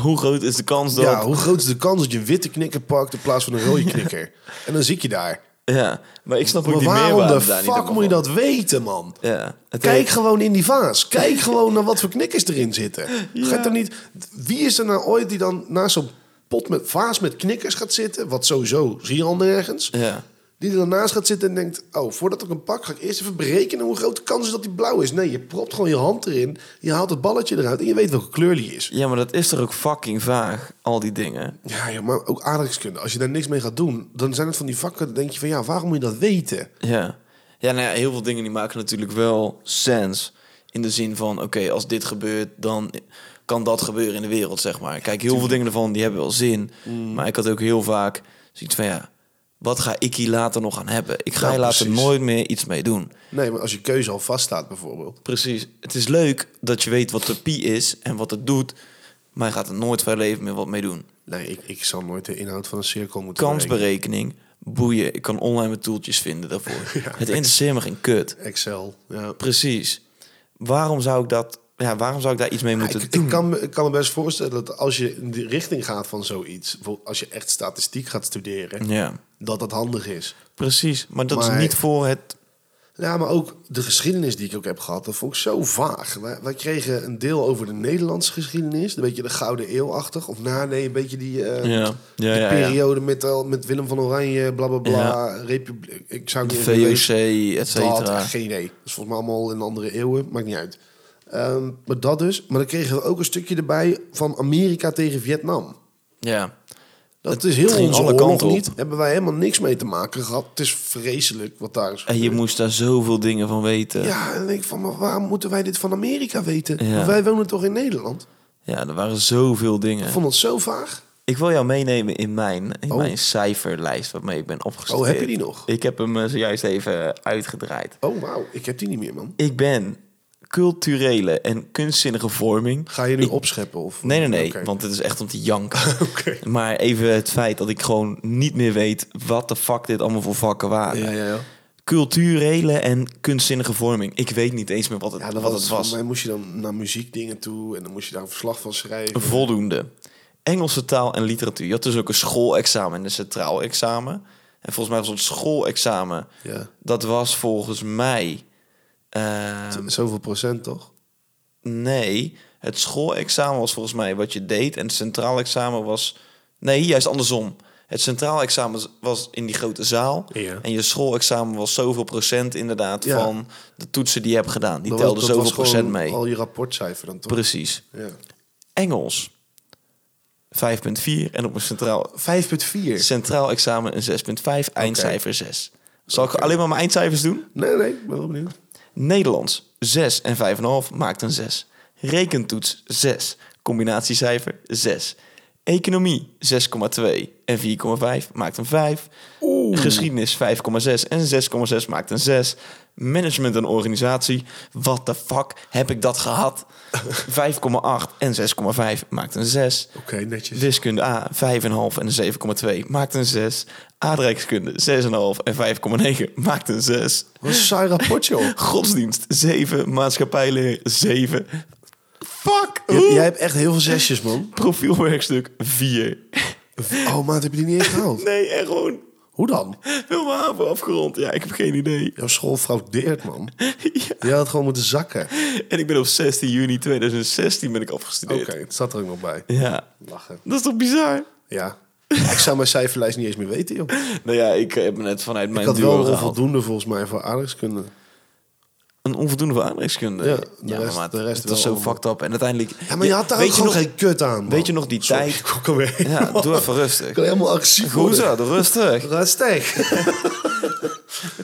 Hoe groot is de kans dat... Ja, hoe groot is de kans dat je een witte knikker pakt in plaats van een rode knikker? En dan zit je daar. Ja, maar ik snap ook Maar die waarom meerwaarde de daar niet fuck helemaal moet je van. dat weten, man? Ja. Het Kijk heeft- gewoon in die vaas. Kijk gewoon naar wat voor knikkers erin zitten. Ga je dan niet, wie is er nou ooit die dan naast zo'n pot met vaas met knikkers gaat zitten? Wat sowieso zie je al nergens. Ja. Die er dan naast gaat zitten en denkt: Oh, voordat ik hem pak, ga ik eerst even berekenen hoe groot de kans is dat die blauw is. Nee, je propt gewoon je hand erin. Je haalt het balletje eruit en je weet welke kleur die is. ja, maar dat is toch ook fucking vaag, al die dingen. Ja, ja, maar ook aardrijkskunde. Als je daar niks mee gaat doen, dan zijn het van die vakken. Dan denk je van ja, waarom moet je dat weten? Ja. Ja, nou ja, heel veel dingen die maken natuurlijk wel sens. In de zin van, oké, als dit gebeurt, dan kan dat gebeuren in de wereld, zeg maar. Kijk, heel veel dingen ervan, die hebben wel zin. Mm. Maar ik had ook heel vaak zoiets van, ja, wat ga ik hier later nog aan hebben? Ik ga Ja, hier later precies. nooit meer iets mee doen. Nee, maar als je keuze al vaststaat, bijvoorbeeld. Precies. Het is leuk dat je weet wat de pi is en wat het doet. Maar je gaat er nooit van je leven meer wat mee doen. Nee, ik, ik zal nooit de inhoud van een cirkel moeten berekenen. Kansberekening, boeien. Ik kan online mijn toeltjes vinden daarvoor. Het interesseert me geen kut. Excel. Ja. Precies. Waarom zou ik dat? Ja, waarom zou ik daar iets mee Ik, moeten doen? ik, kan, me- ik kan me best voorstellen dat als je in de richting gaat van zoiets, bijvoorbeeld als je echt statistiek gaat studeren, Ja, dat dat handig is. precies. Maar dat Maar- is niet voor het Ja, maar ook de geschiedenis die ik ook heb gehad, dat vond ik zo vaag. Wij, wij kregen een deel over de Nederlandse geschiedenis, een beetje de Gouden Eeuwachtig. Of na, nee, een beetje die, eh, Ja, ja, die ja. ja. periode Met, al- met Willem van Oranje, bla bla bla. Republiek, ik zou het niet eens weten. VOC, et Dat, cetera. eh, geen idee. Dat is volgens mij allemaal in andere eeuwen. Maakt niet uit. Ehm, maar dat dus. Maar dan kregen we ook een stukje erbij van Amerika tegen Vietnam. Ja. Dat is heel ging onze alle oorlog kanten op. niet. Hebben wij helemaal niks mee te maken gehad. Het is vreselijk wat daar is En je moest daar zoveel dingen van weten. Ja, Ja, en dan denk ik van, maar waarom moeten wij dit van Amerika weten? Ja. Want Wij wonen toch in Nederland? er waren zoveel dingen. Ik vond het zo vaag. Ik wil jou meenemen in mijn, in Oh. mijn cijferlijst waarmee ik ben opgestuurd. Oh, heb je die nog? Ik heb hem eh, zojuist even uitgedraaid. Oh, wauw. Ik heb die niet meer, man. Ik ben culturele en kunstzinnige vorming. Ga je nu Ik- opscheppen? Of... Nee, nee, nee, Oké. want het is echt om te janken. Oké. Maar even het feit dat ik gewoon niet meer weet wat de fuck dit allemaal voor vakken waren. Ja, ja, ja. Culturele en kunstzinnige vorming. Ik weet niet eens meer wat het, Ja, dan wat het was het, voor was. mij moest je dan naar muziekdingen toe en dan moest je daar een verslag van schrijven. Voldoende. Engelse taal en literatuur. Je had dus ook een schoolexamen en een centraal examen. En volgens mij was het schoolexamen. Ja. Dat was volgens mij. ehm, Zoveel procent, toch? Nee, het schoolexamen was volgens mij wat je deed. En het centraal examen was. Nee, juist andersom. Het centraal examen was in die grote zaal. Ja. En je schoolexamen was zoveel procent inderdaad Ja. van de toetsen die je hebt gedaan. Die Dat telden was- dat zoveel was gewoon procent mee. al je rapportcijfer dan toch? Precies. Ja. Engels 5,4 en op een centraal, 5,4. centraal examen een 6,5, eindcijfer 6. Zal ik alleen maar mijn eindcijfers doen? Nee, nee, ik ben wel benieuwd. Nederlands 6 en 5,5 maakt een 6. Rekentoets 6. Combinatiecijfer 6. Economie 6,2 en 4,5 maakt een 5. Geschiedenis 5,6 en 6,6 maakt een 6. Management en organisatie. What the fuck heb ik dat gehad? 5,8 en 6,5 maakt een 6. Oké, netjes. Wiskunde A 5,5 en een 7,2 maakt een 6. Aardrijkskunde 6,5 en 5,9 maakt een 6. Wat een saai rapportje, joh. Godsdienst 7, maatschappijleer 7. Fuck! Jij, jij hebt echt heel veel zesjes, man. Profielwerkstuk 4. Oh, maat, heb je die niet eens gehaald? Nee, en gewoon Hoe dan? helemaal haven afgerond. Ja, ik heb geen idee. Jouw school fraudeert, man. Ja. Je had gewoon moeten zakken. En ik ben op 16 juni 2016 ben ik afgestudeerd. het zat er ook nog bij. Ja, Lachen. dat is toch bizar? Ja. Ik zou mijn cijferlijst niet eens meer weten, joh. Nou ja, ik heb net vanuit Ik mijn had duo wel een gehaald. onvoldoende volgens mij voor aardrijkskunde. Een onvoldoende voor aardrijkskunde. Ja, de maar rest- maat, de rest het was wel zo allemaal. fucked up. En uiteindelijk... Ja, maar je had daar weet ook je gewoon nog- geen kut aan, man. Weet je nog die Sorry, tijd? Ik kom weer. Ja, doe even Ik rustig. kan helemaal agressief worden. Hoezo? Rustig. Rustig.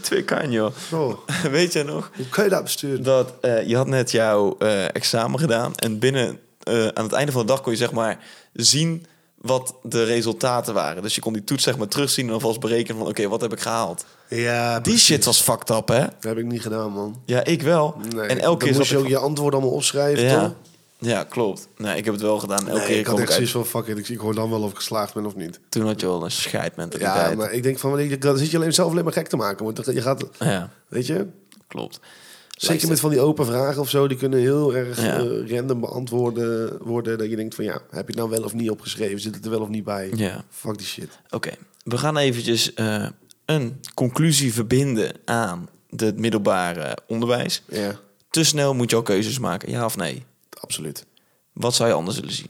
Twee kan, joh. Zo, Weet jij nog? hoe kan je dat besturen? dat eh, je had net jouw eh, examen gedaan en binnen eh, aan het einde van de dag kon je zeg maar zien wat de resultaten waren. Dus je kon die toets zeg maar terugzien en alvast berekenen van oké, wat heb ik gehaald? Ja, Die shit was fucked up, hè? dat heb ik niet gedaan, man. Ja, ik wel. Nee, en elke dan keer moest zat je ook ik je antwoorden allemaal opschrijven, van- ja, toch? ja, klopt. Nee, ik heb het wel gedaan. Elke Nee, keer ik had kwam ik echt uit. zoiets van, fuck it, ik, ik hoor dan wel of ik geslaagd ben of niet. Toen had je wel een Ja, scheidmentaliteit. Ja, maar ik denk van, wanneer- dan zit je alleen zelf alleen maar gek te maken. Want je gaat, ja, weet je, klopt. Zeker met van die open vragen of zo, die kunnen heel erg Ja. eh, random beantwoorden worden. Dat je denkt van ja, heb je het nou wel of niet opgeschreven? Zit het er wel of niet bij? Ja. Fuck die shit. Oké, we gaan eventjes eh, een conclusie verbinden aan het middelbare onderwijs. Ja, Te snel moet je al keuzes maken, ja of nee? absoluut. Wat zou je anders willen zien?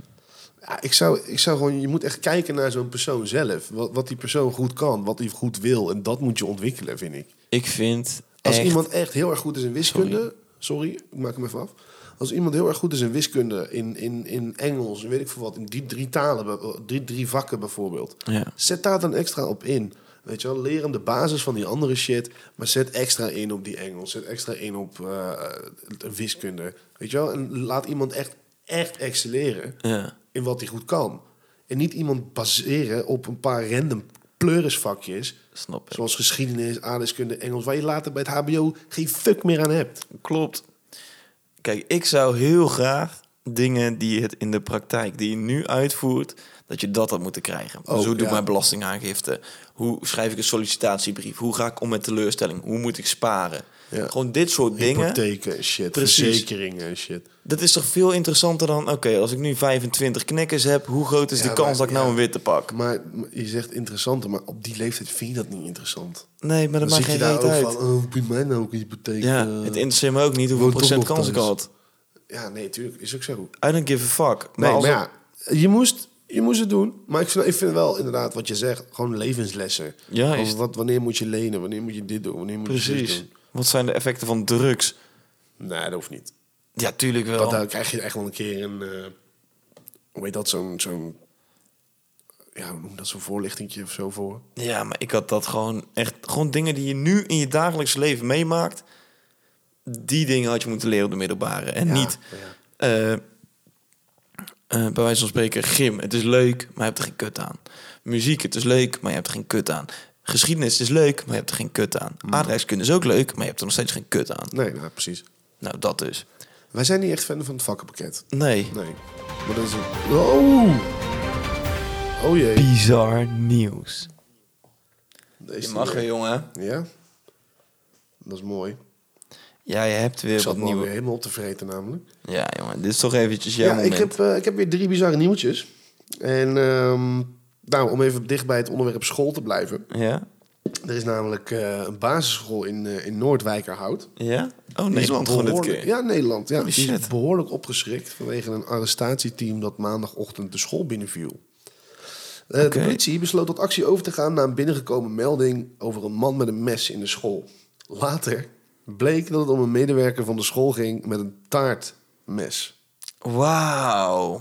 Ja, ik, zou, ik zou gewoon, je moet echt kijken naar zo'n persoon zelf. Wat, wat die persoon goed kan, wat hij goed wil. En dat moet je ontwikkelen, vind ik. Ik vind Als echt... iemand echt heel erg goed is in wiskunde. Sorry. ik maak hem even af. Als iemand heel erg goed is in wiskunde, in, in, in Engels, weet ik veel wat, in die drie talen, be- eh, drie, drie vakken bijvoorbeeld. Ja. Zet daar dan extra op in. Weet je wel, leer hem de basis van die andere shit. Maar zet extra in op die Engels. Zet extra in op eh, wiskunde. Weet je wel, en laat iemand echt, echt excelleren Ja. in wat hij goed kan. En niet iemand baseren op een paar random pleurisvakjes. Snap ik. Zoals geschiedenis, aardrijkskunde, Engels. Waar je later bij het HBO geen fuck meer aan hebt. Klopt. Kijk, ik zou heel graag dingen die het in de praktijk, die je nu uitvoert, dat je dat had moeten krijgen. Oh, dus hoe doe ja. ik mijn belastingaangifte? Hoe schrijf ik een sollicitatiebrief? Hoe ga ik om met teleurstelling? Hoe moet ik sparen? Ja. Gewoon dit soort dingen. Hypotheken en shit, Precies. verzekeringen en shit. Dat is toch veel interessanter dan, oké, als ik nu 25 knikkers heb, hoe groot is de Ja, kans maar- dat ik nou ja. een witte pak? Maar je zegt interessanter, maar op die leeftijd vind je dat niet interessant. Nee, maar dat Dan maakt zit geen je daar reet ook uit. van, oh, boeit mij nou ook een hypotheek? ja, eh. het interesseert me ook niet hoeveel woon toch procent nog kans ik thuis. had. ja, nee, tuurlijk, is ook zo. I don't give a fuck. Nee, maar, als- ja, je moest, je moest het doen. Maar ik vind, ik vind wel inderdaad wat je zegt, gewoon levenslessen. Ja, Als is- wat, wanneer moet je lenen, wanneer moet je dit doen, wanneer moet je dit precies. doen. Wat zijn de effecten van drugs? Nee, dat hoeft niet. Ja, tuurlijk wel. Want daar krijg je echt wel een keer een, eh, hoe heet dat, zo'n, zo'n, ja, hoe noem je dat, zo'n voorlichtingje of zo voor. Ja, maar ik had dat gewoon echt... Gewoon dingen die je nu in je dagelijks leven meemaakt. Die dingen had je moeten leren op de middelbare. En Ja, niet... ja. eh, eh, bij wijze van spreken, gym. Het is leuk, maar je hebt er geen kut aan. Muziek, het is leuk, maar je hebt er geen kut aan. Geschiedenis het is leuk, maar je hebt er geen kut aan. Mm. Aardrijkskunde is ook leuk, maar je hebt er nog steeds geen kut aan. Nee, nou, precies. Nou, dat dus. Wij zijn niet echt fan van het vakkenpakket. Nee. Nee. Maar dat is een... Oh! Oh jee. Bizar nieuws. Deze Je mag weer, jongen. Ja? Dat is mooi. Ja, je hebt Ik weer zat wat me weer nieuwe... helemaal op te vreten namelijk. Ja, jongen, dit is toch eventjes jouw Ja, moment. ik heb, eh, ik heb weer drie bizarre nieuwtjes. En ehm, nou, om even dicht bij het onderwerp school te blijven. Ja? Er is namelijk eh, een basisschool in, eh, in Noordwijkerhout. Ja? Oh, Die is Nederland gewoon dit behoorlijk- keer. Ja, Nederland. Ja, Holy die is shit. behoorlijk opgeschrikt vanwege een arrestatieteam dat maandagochtend de school binnenviel. Eh, Oké. De politie besloot tot actie over te gaan na een binnengekomen melding over een man met een mes in de school. Later bleek dat het om een medewerker van de school ging met een taartmes. Wauw.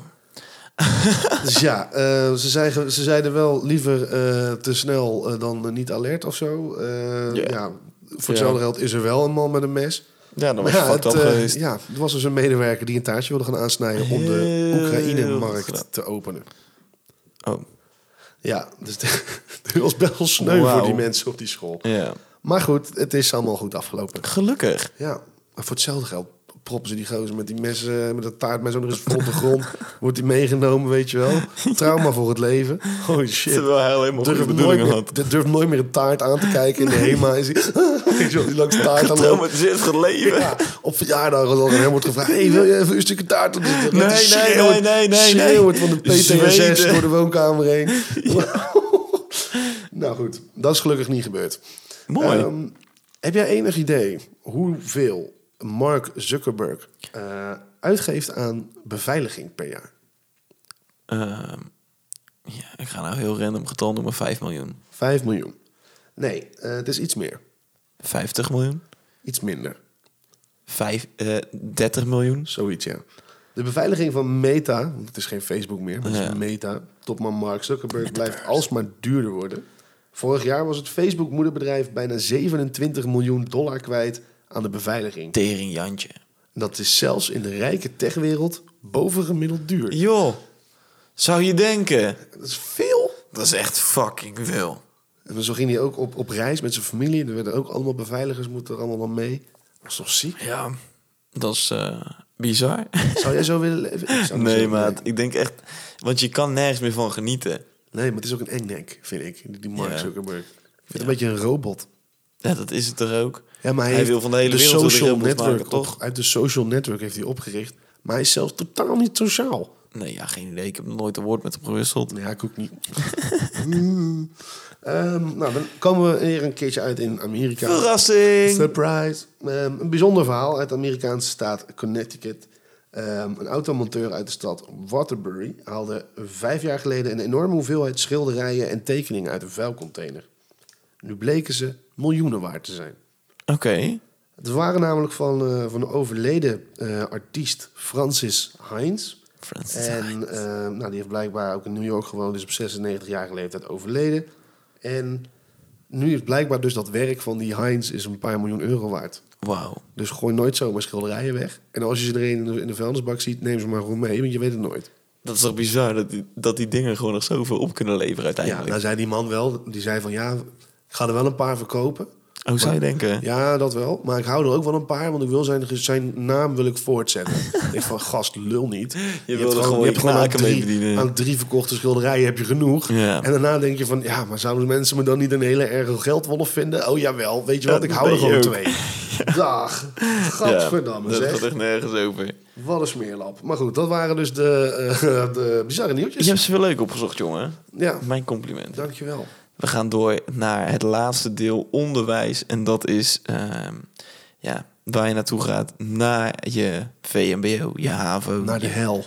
Dus ja, eh, ze, zeiden, ze zeiden wel liever eh, te snel eh, dan eh, niet alert of zo. Eh, Ja. Ja, voor Ja. hetzelfde geld is er wel een man met een mes. Ja, dat was Maar ja, fucked het, up eh, geweest. ja, er was dus een medewerker die een taartje wilde gaan aansnijden om de Heel goed gedaan. Oekraïne-markt te openen. Oh, Ja, dus het was best sneu Wauw. voor die mensen op die school. ja. Maar goed, het is allemaal goed afgelopen. Gelukkig. Ja, maar voor hetzelfde geld proppen ze die gozer met die mes, eh, met dat taartmes ook nog eens vol op de grond. Wordt die meegenomen, weet je wel. Trauma voor het leven. Holy shit. Terwijl hij alleen maar goede Durf nooit, bedoelingen had. meer, durf nooit meer een taart aan te kijken in de HEMA. Is die, weet je wel, die langs de taart aan loopt. Getraumatiseerd geleven. Ja, op verjaardag als al aan hem wordt gevraagd... Hey, wil je even een stukje taart op de Nee, nee, nee, nee, nee, Schreeuwend nee. van de PTSS Zweden. door de woonkamer heen. nou goed, dat is gelukkig niet gebeurd. Mooi. Ehm, heb jij enig idee hoeveel Mark Zuckerberg eh, uitgeeft aan beveiliging per jaar? Ehm, ja, ik ga nou heel random getal noemen. 5 miljoen. 5 miljoen. Nee, eh, het is iets meer. 50 miljoen. Iets minder. Vijf, eh 30 miljoen. Zoiets, ja. De beveiliging van Meta, want het is geen Facebook meer, maar het is Ja. Meta. Topman Mark Zuckerberg blijft alsmaar duurder worden. Vorig jaar was het Facebook-moederbedrijf bijna 27 miljoen dollar kwijt aan de beveiliging. Tering Jantje. En dat is zelfs in de rijke techwereld bovengemiddeld duur. Joh, zou je denken. Dat is veel. Dat is echt fucking veel. En zo ging hij ook op, op reis met zijn familie. Er werden ook allemaal beveiligers moeten er allemaal dan mee. Dat is toch ziek? Ja, dat is eh, bizar. Zou jij zo willen leven? Ik zou niet Nee, zo- maat. Ik denk echt... Want je kan nergens meer van genieten. Nee, maar het is ook een engnek, vind ik. Die Mark Ja. Zuckerberg. Ik vind het een beetje een robot. Ja, dat is het er ook. Ja, maar hij, Hij heeft wil van de hele wereld wil social hij robots network maken, toch? op- uit de social network heeft hij opgericht. Maar hij is zelfs totaal niet sociaal. Nee, ja, geen idee. Ik heb nog nooit een woord met hem gewisseld. Nee, ik ook niet. Mm. Ehm, nou, dan komen we weer een keertje uit in Amerika. Verrassing! Surprise. Ehm, een bijzonder verhaal uit de Amerikaanse staat Connecticut. Ehm, een automonteur uit de stad Waterbury haalde vijf jaar geleden een enorme hoeveelheid schilderijen en tekeningen uit een vuilcontainer. Nu bleken ze miljoenen waard te zijn. Oké. Het waren namelijk van, eh, van een overleden eh, artiest Francis Heinz. Francis En Hines. eh, nou, die heeft blijkbaar ook in New York gewoond, is op 96-jarige leeftijd overleden. En nu is blijkbaar dus dat werk van die Heinz is een paar miljoen euro waard. Wauw. Dus gooi nooit zomaar schilderijen weg. En als je ze er een in de, in de vuilnisbak ziet, neem ze maar gewoon mee, want je weet het nooit. Dat is toch bizar dat die, dat die dingen gewoon nog zoveel op kunnen leveren Ja, uiteindelijk. nou zei die man wel, die zei van ja, ik ga er wel een paar verkopen. oh, zou je denken? Ja, dat wel. Maar ik hou er ook wel een paar, want ik wil zijn, zijn naam wil ik voortzetten. ik denk van, gast, lul niet. wil er gewoon je aan knaken mee drie, verdienen. aan drie verkochte schilderijen heb je genoeg. Ja. En daarna denk je van, ja, maar zouden mensen me dan niet een hele erge geldwolf vinden? Oh, jawel, weet je wat, Ja, ik dat hou er ben je gewoon ook. twee. Dag. Gadverdamme dat zeg. gaat echt nergens over. Wat een smeerlap. Maar goed, dat waren dus de, eh, de bizarre nieuwtjes. Je hebt ze wel leuk opgezocht, jongen. Ja, Mijn compliment. dankjewel. We gaan door naar het laatste deel onderwijs. En dat is ehm, ja, waar je naartoe gaat na je VMBO, je HAVO. Naar de hel.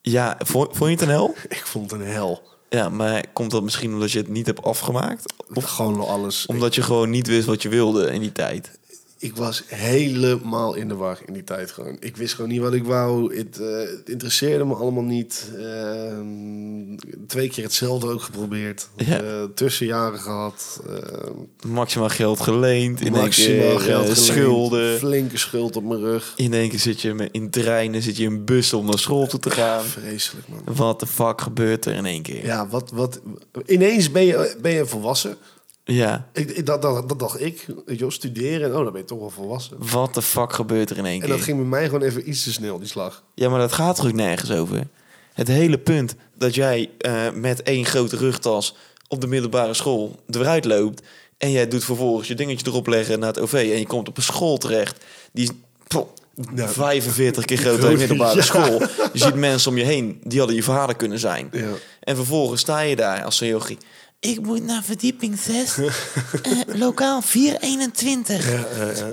Ja, vond, vond je het een hel? Ik vond het een hel. Ja, maar komt dat misschien omdat je het niet hebt afgemaakt? Of gewoon alles. Omdat je gewoon niet wist wat je wilde in die tijd? Ik was helemaal in de war in die tijd gewoon. Ik wist gewoon niet wat ik wou. Het eh, het interesseerde me allemaal niet. Ehm, twee keer hetzelfde ook geprobeerd. Ja. Eh, tussenjaren gehad. Ehm Maximaal geld geleend. In één maximaal keer, geld eh, geleend. Schulden. Flinke schuld op mijn rug. In één keer zit je me- in treinen, zit je in bussen om naar school toe te gaan. Vreselijk man. Wat de fuck gebeurt er in één keer? Ja, wat, wat, ineens ben je, ben je volwassen. Ja. Ik, ik- dat, dat, dat dacht ik. Weet je wel, studeren. En, oh, dan ben je toch wel volwassen. Wat de fuck gebeurt er in één En keer? dat ging bij mij gewoon even iets te snel, die slag. Ja, maar dat gaat er ook nergens over. Het hele punt dat jij eh, met één grote rugtas op de middelbare school eruit loopt... en jij doet vervolgens je dingetje erop leggen naar het OV... en je komt op een school terecht die is poh, Ja. 45 keer groter dan je middelbare school. Je ziet mensen om je heen, die hadden je vader kunnen zijn. Ja. En vervolgens sta je daar als yogi. Ik moet naar verdieping 6, eh, lokaal 421.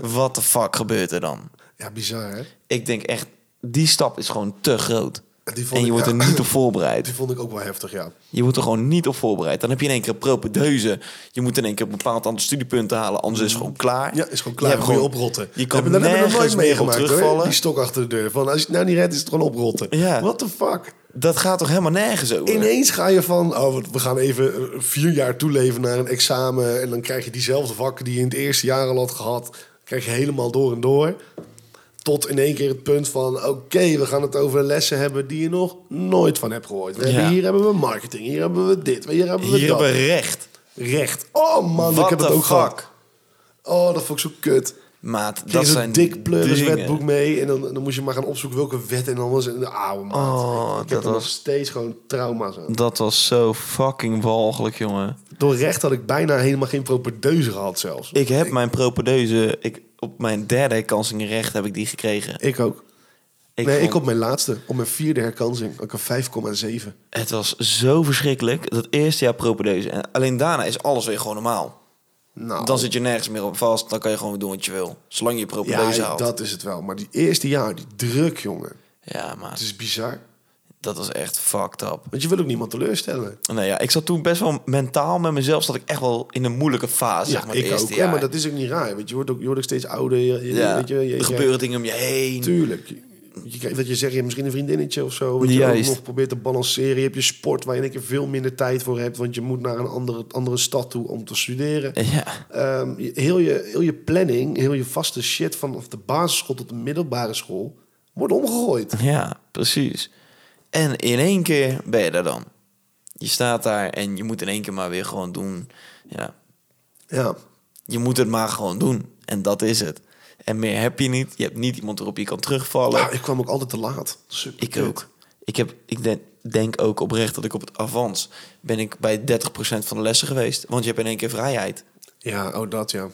Wat de fuck gebeurt er dan? Ja, bizar hè? Ik denk echt, die stap is gewoon te groot. En die En, vond je ik- wordt er ja. niet op voorbereid. Die vond ik ook wel heftig, ja. Je wordt er gewoon niet op voorbereid. Dan heb je in één keer propedeuse. Je moet in één keer een bepaald aantal studiepunten halen. Anders is het gewoon klaar. Ja, is gewoon klaar. hebt Moet Je oprotten. Je kan Hebben we- dat hebben we nog nergens nooit meer op meegemaakt hoor. terugvallen. Die stok achter de deur. Van, als je het nou niet redt, is het gewoon oprotten. Ja. What the fuck? Dat gaat toch helemaal nergens over? Ineens ga je van, oh, wat- we gaan even eh, vier jaar toeleven naar een examen. En dan krijg je diezelfde vakken die je in het eerste jaar al had gehad. Krijg je helemaal door en door. Tot in één keer het punt van, oké, we gaan het over lessen hebben die je nog nooit van hebt gehoord. We hebben, Ja. hier hebben we marketing, hier hebben we dit, hier hebben we Hier dat. hebben we recht. Recht. Oh man, What ik heb het the ook fuck? gehad. Oh, dat vond ik zo kut. Maat, Kreeg dat zo'n zijn dik pleuris dingen. wetboek mee. En dan, dan moest je maar gaan opzoeken welke wet en alles. En de oude maat. Oh, ik heb dat er nog was- steeds gewoon trauma's aan. Dat was zo fucking walgelijk, jongen. Door recht had ik bijna helemaal geen propedeuse gehad zelfs. Ik heb mijn propedeuse... Ik, op mijn derde herkansing in recht heb ik die gekregen. Ik ook. Ik nee, vond- ik op mijn laatste. Op mijn vierde herkansing. Ook een 5,7. Het was zo verschrikkelijk. Dat eerste jaar propedeuse. En alleen daarna is alles weer gewoon normaal. Nou, Dan zit je nergens meer op vast. Dan kan je gewoon doen wat je wil. Zolang je propedeuse ja, haalt. dat is het wel. Maar die eerste jaar, die druk, jongen. Ja, maar Het is bizar. dat was echt fucked up. Want je wil ook niemand teleurstellen. Nou ja, ik zat toen best wel mentaal met mezelf... zat ik echt wel in een moeilijke fase, zeg maar, het ik eerste ook. jaar. Ja, maar dat is ook niet raar. Want je wordt ook, je wordt ook steeds ouder. Je, je- Ja, weet je, je, je- er gebeuren dingen om je heen. Tuurlijk. Je- Je krijgt dat je zegt, je hebt misschien een vriendinnetje of zo. Wat je ook Juist. nog probeert te balanceren. Je hebt je sport waar je in één keer veel minder tijd voor hebt. Want je moet naar een andere, andere stad toe om te studeren. Ja, Ehm, je- heel, je, heel je planning, heel je vaste shit vanaf de basisschool tot de middelbare school wordt omgegooid. ja, precies. En in één keer ben je daar dan. Je staat daar en je moet in één keer maar weer gewoon doen. Ja, Ja, je moet het maar gewoon doen. En dat is het. En meer heb je niet. Je hebt niet iemand erop je kan terugvallen. Nou, ik kwam ook altijd te laat. Super ik kut. ook. Ik, heb, ik de- denk ook oprecht dat ik op het avans... ben ik bij 30% van de lessen geweest. Want je hebt in één keer vrijheid. Ja, oh dat ja.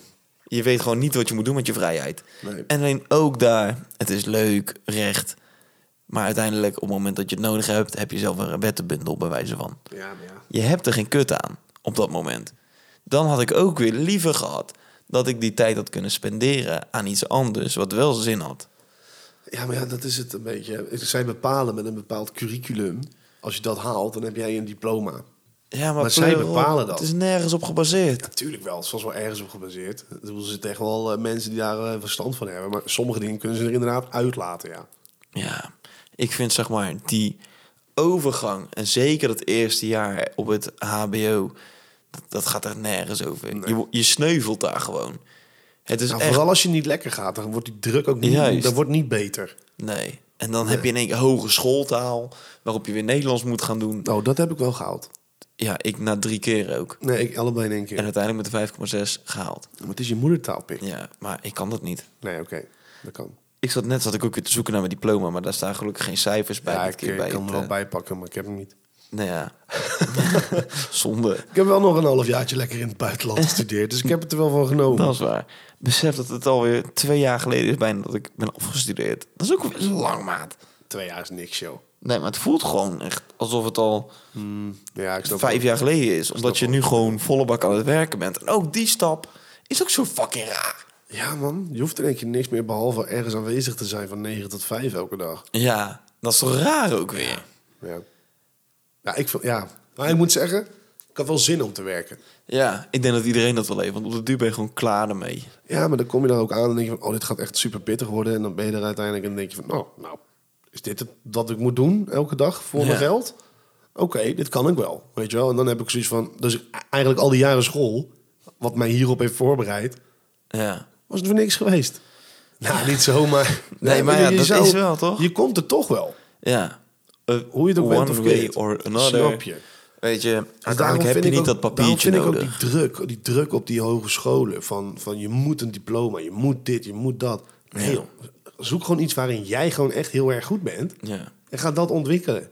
Je weet gewoon niet wat je moet doen met je vrijheid. Nee. En alleen ook daar, het is leuk, recht. Maar uiteindelijk, op het moment dat je het nodig hebt... heb je zelf weer een wettenbundel bij wijze van. Ja, maar ja. Je hebt er geen kut aan op dat moment. Dan had ik ook weer liever gehad dat ik die tijd had kunnen spenderen aan iets anders wat wel zin had. Ja, maar ja, dat is het een beetje. Zij bepalen met een bepaald curriculum. Als je dat haalt, dan heb jij een diploma. Ja, maar, Maar zij pleur op, bepalen dat. Het is nergens op gebaseerd. Natuurlijk wel, het was wel ergens op gebaseerd. Ik bedoel, Er zitten echt wel eh, mensen die daar eh, verstand van hebben. Maar sommige dingen kunnen ze er inderdaad uitlaten, ja. Ja, ik vind zeg maar die overgang en zeker dat eerste jaar op het HBO, dat, dat gaat echt nergens over. Je, wo- je sneuvelt daar gewoon. Het is Nou, echt Vooral als je niet lekker gaat, dan wordt die druk ook niet, Juist. dat wordt niet beter. nee. En dan heb je in één keer hogeschooltaal waarop je weer Nederlands moet gaan doen. Nou, dat heb ik wel gehaald. Ja, ik na drie keer ook. Nee, ik, allebei in één keer. En uiteindelijk met de 5,6 gehaald. Maar het is je moedertaal, pik. Ja, maar ik kan dat niet. Nee, oké. Dat kan. Ik zat net zat ik ook weer te zoeken naar mijn diploma, maar daar staan gelukkig geen cijfers bij. ja, dit ik, keer ik bij kan het, er wel eh, bijpakken, maar ik heb hem niet. Nou ja, zonde. Ik heb wel nog een halfjaartje lekker in het buitenland gestudeerd, dus ik heb het er wel van genomen. Dat is waar. Besef dat het alweer twee jaar geleden is bijna dat ik ben afgestudeerd. Dat is ook best wel lang, maat. Twee jaar is niks, joh. Nee, maar het voelt gewoon echt alsof het al Ja, ik snap vijf jaar geleden is. Omdat je wel. nu gewoon volle bak aan het werken bent. En ook die stap is ook zo fucking raar. Ja, man. Je hoeft in één keer niks meer behalve ergens aanwezig te zijn van 9 tot 5 elke dag. Ja, dat is toch raar ook weer. Ja. Ja, ik, vond- ja. Maar ik moet zeggen, ik had wel zin om te werken. Ja, ik denk dat iedereen dat wel heeft. Want op de duur ben je gewoon klaar ermee. Ja, maar dan kom je daar ook aan en denk je van, oh, dit gaat echt super pittig worden. En dan ben je er uiteindelijk en dan denk je van, oh, nou, is dit het wat ik moet doen elke dag voor Ja. mijn geld? Oké, dit kan ik wel, weet je wel. En dan heb ik zoiets van, dus eigenlijk al die jaren school, wat mij hierop heeft voorbereid, Ja. was het voor niks geweest. Nou, niet zomaar. Nee, maar ja, dat is wel, toch? Je komt er toch wel. Ja. Eh, Hoe je het ook One bent of way keert. or another. Snap je. Weet je, Dus uiteindelijk heb vind je ik niet dat ook- daarom papiertje vind nodig. ik ook die druk, die druk op die hogescholen. Van, van je moet een diploma, je moet dit, je moet dat. Nee, joh. zoek gewoon iets waarin jij gewoon echt heel erg goed bent. Ja. En ga dat ontwikkelen.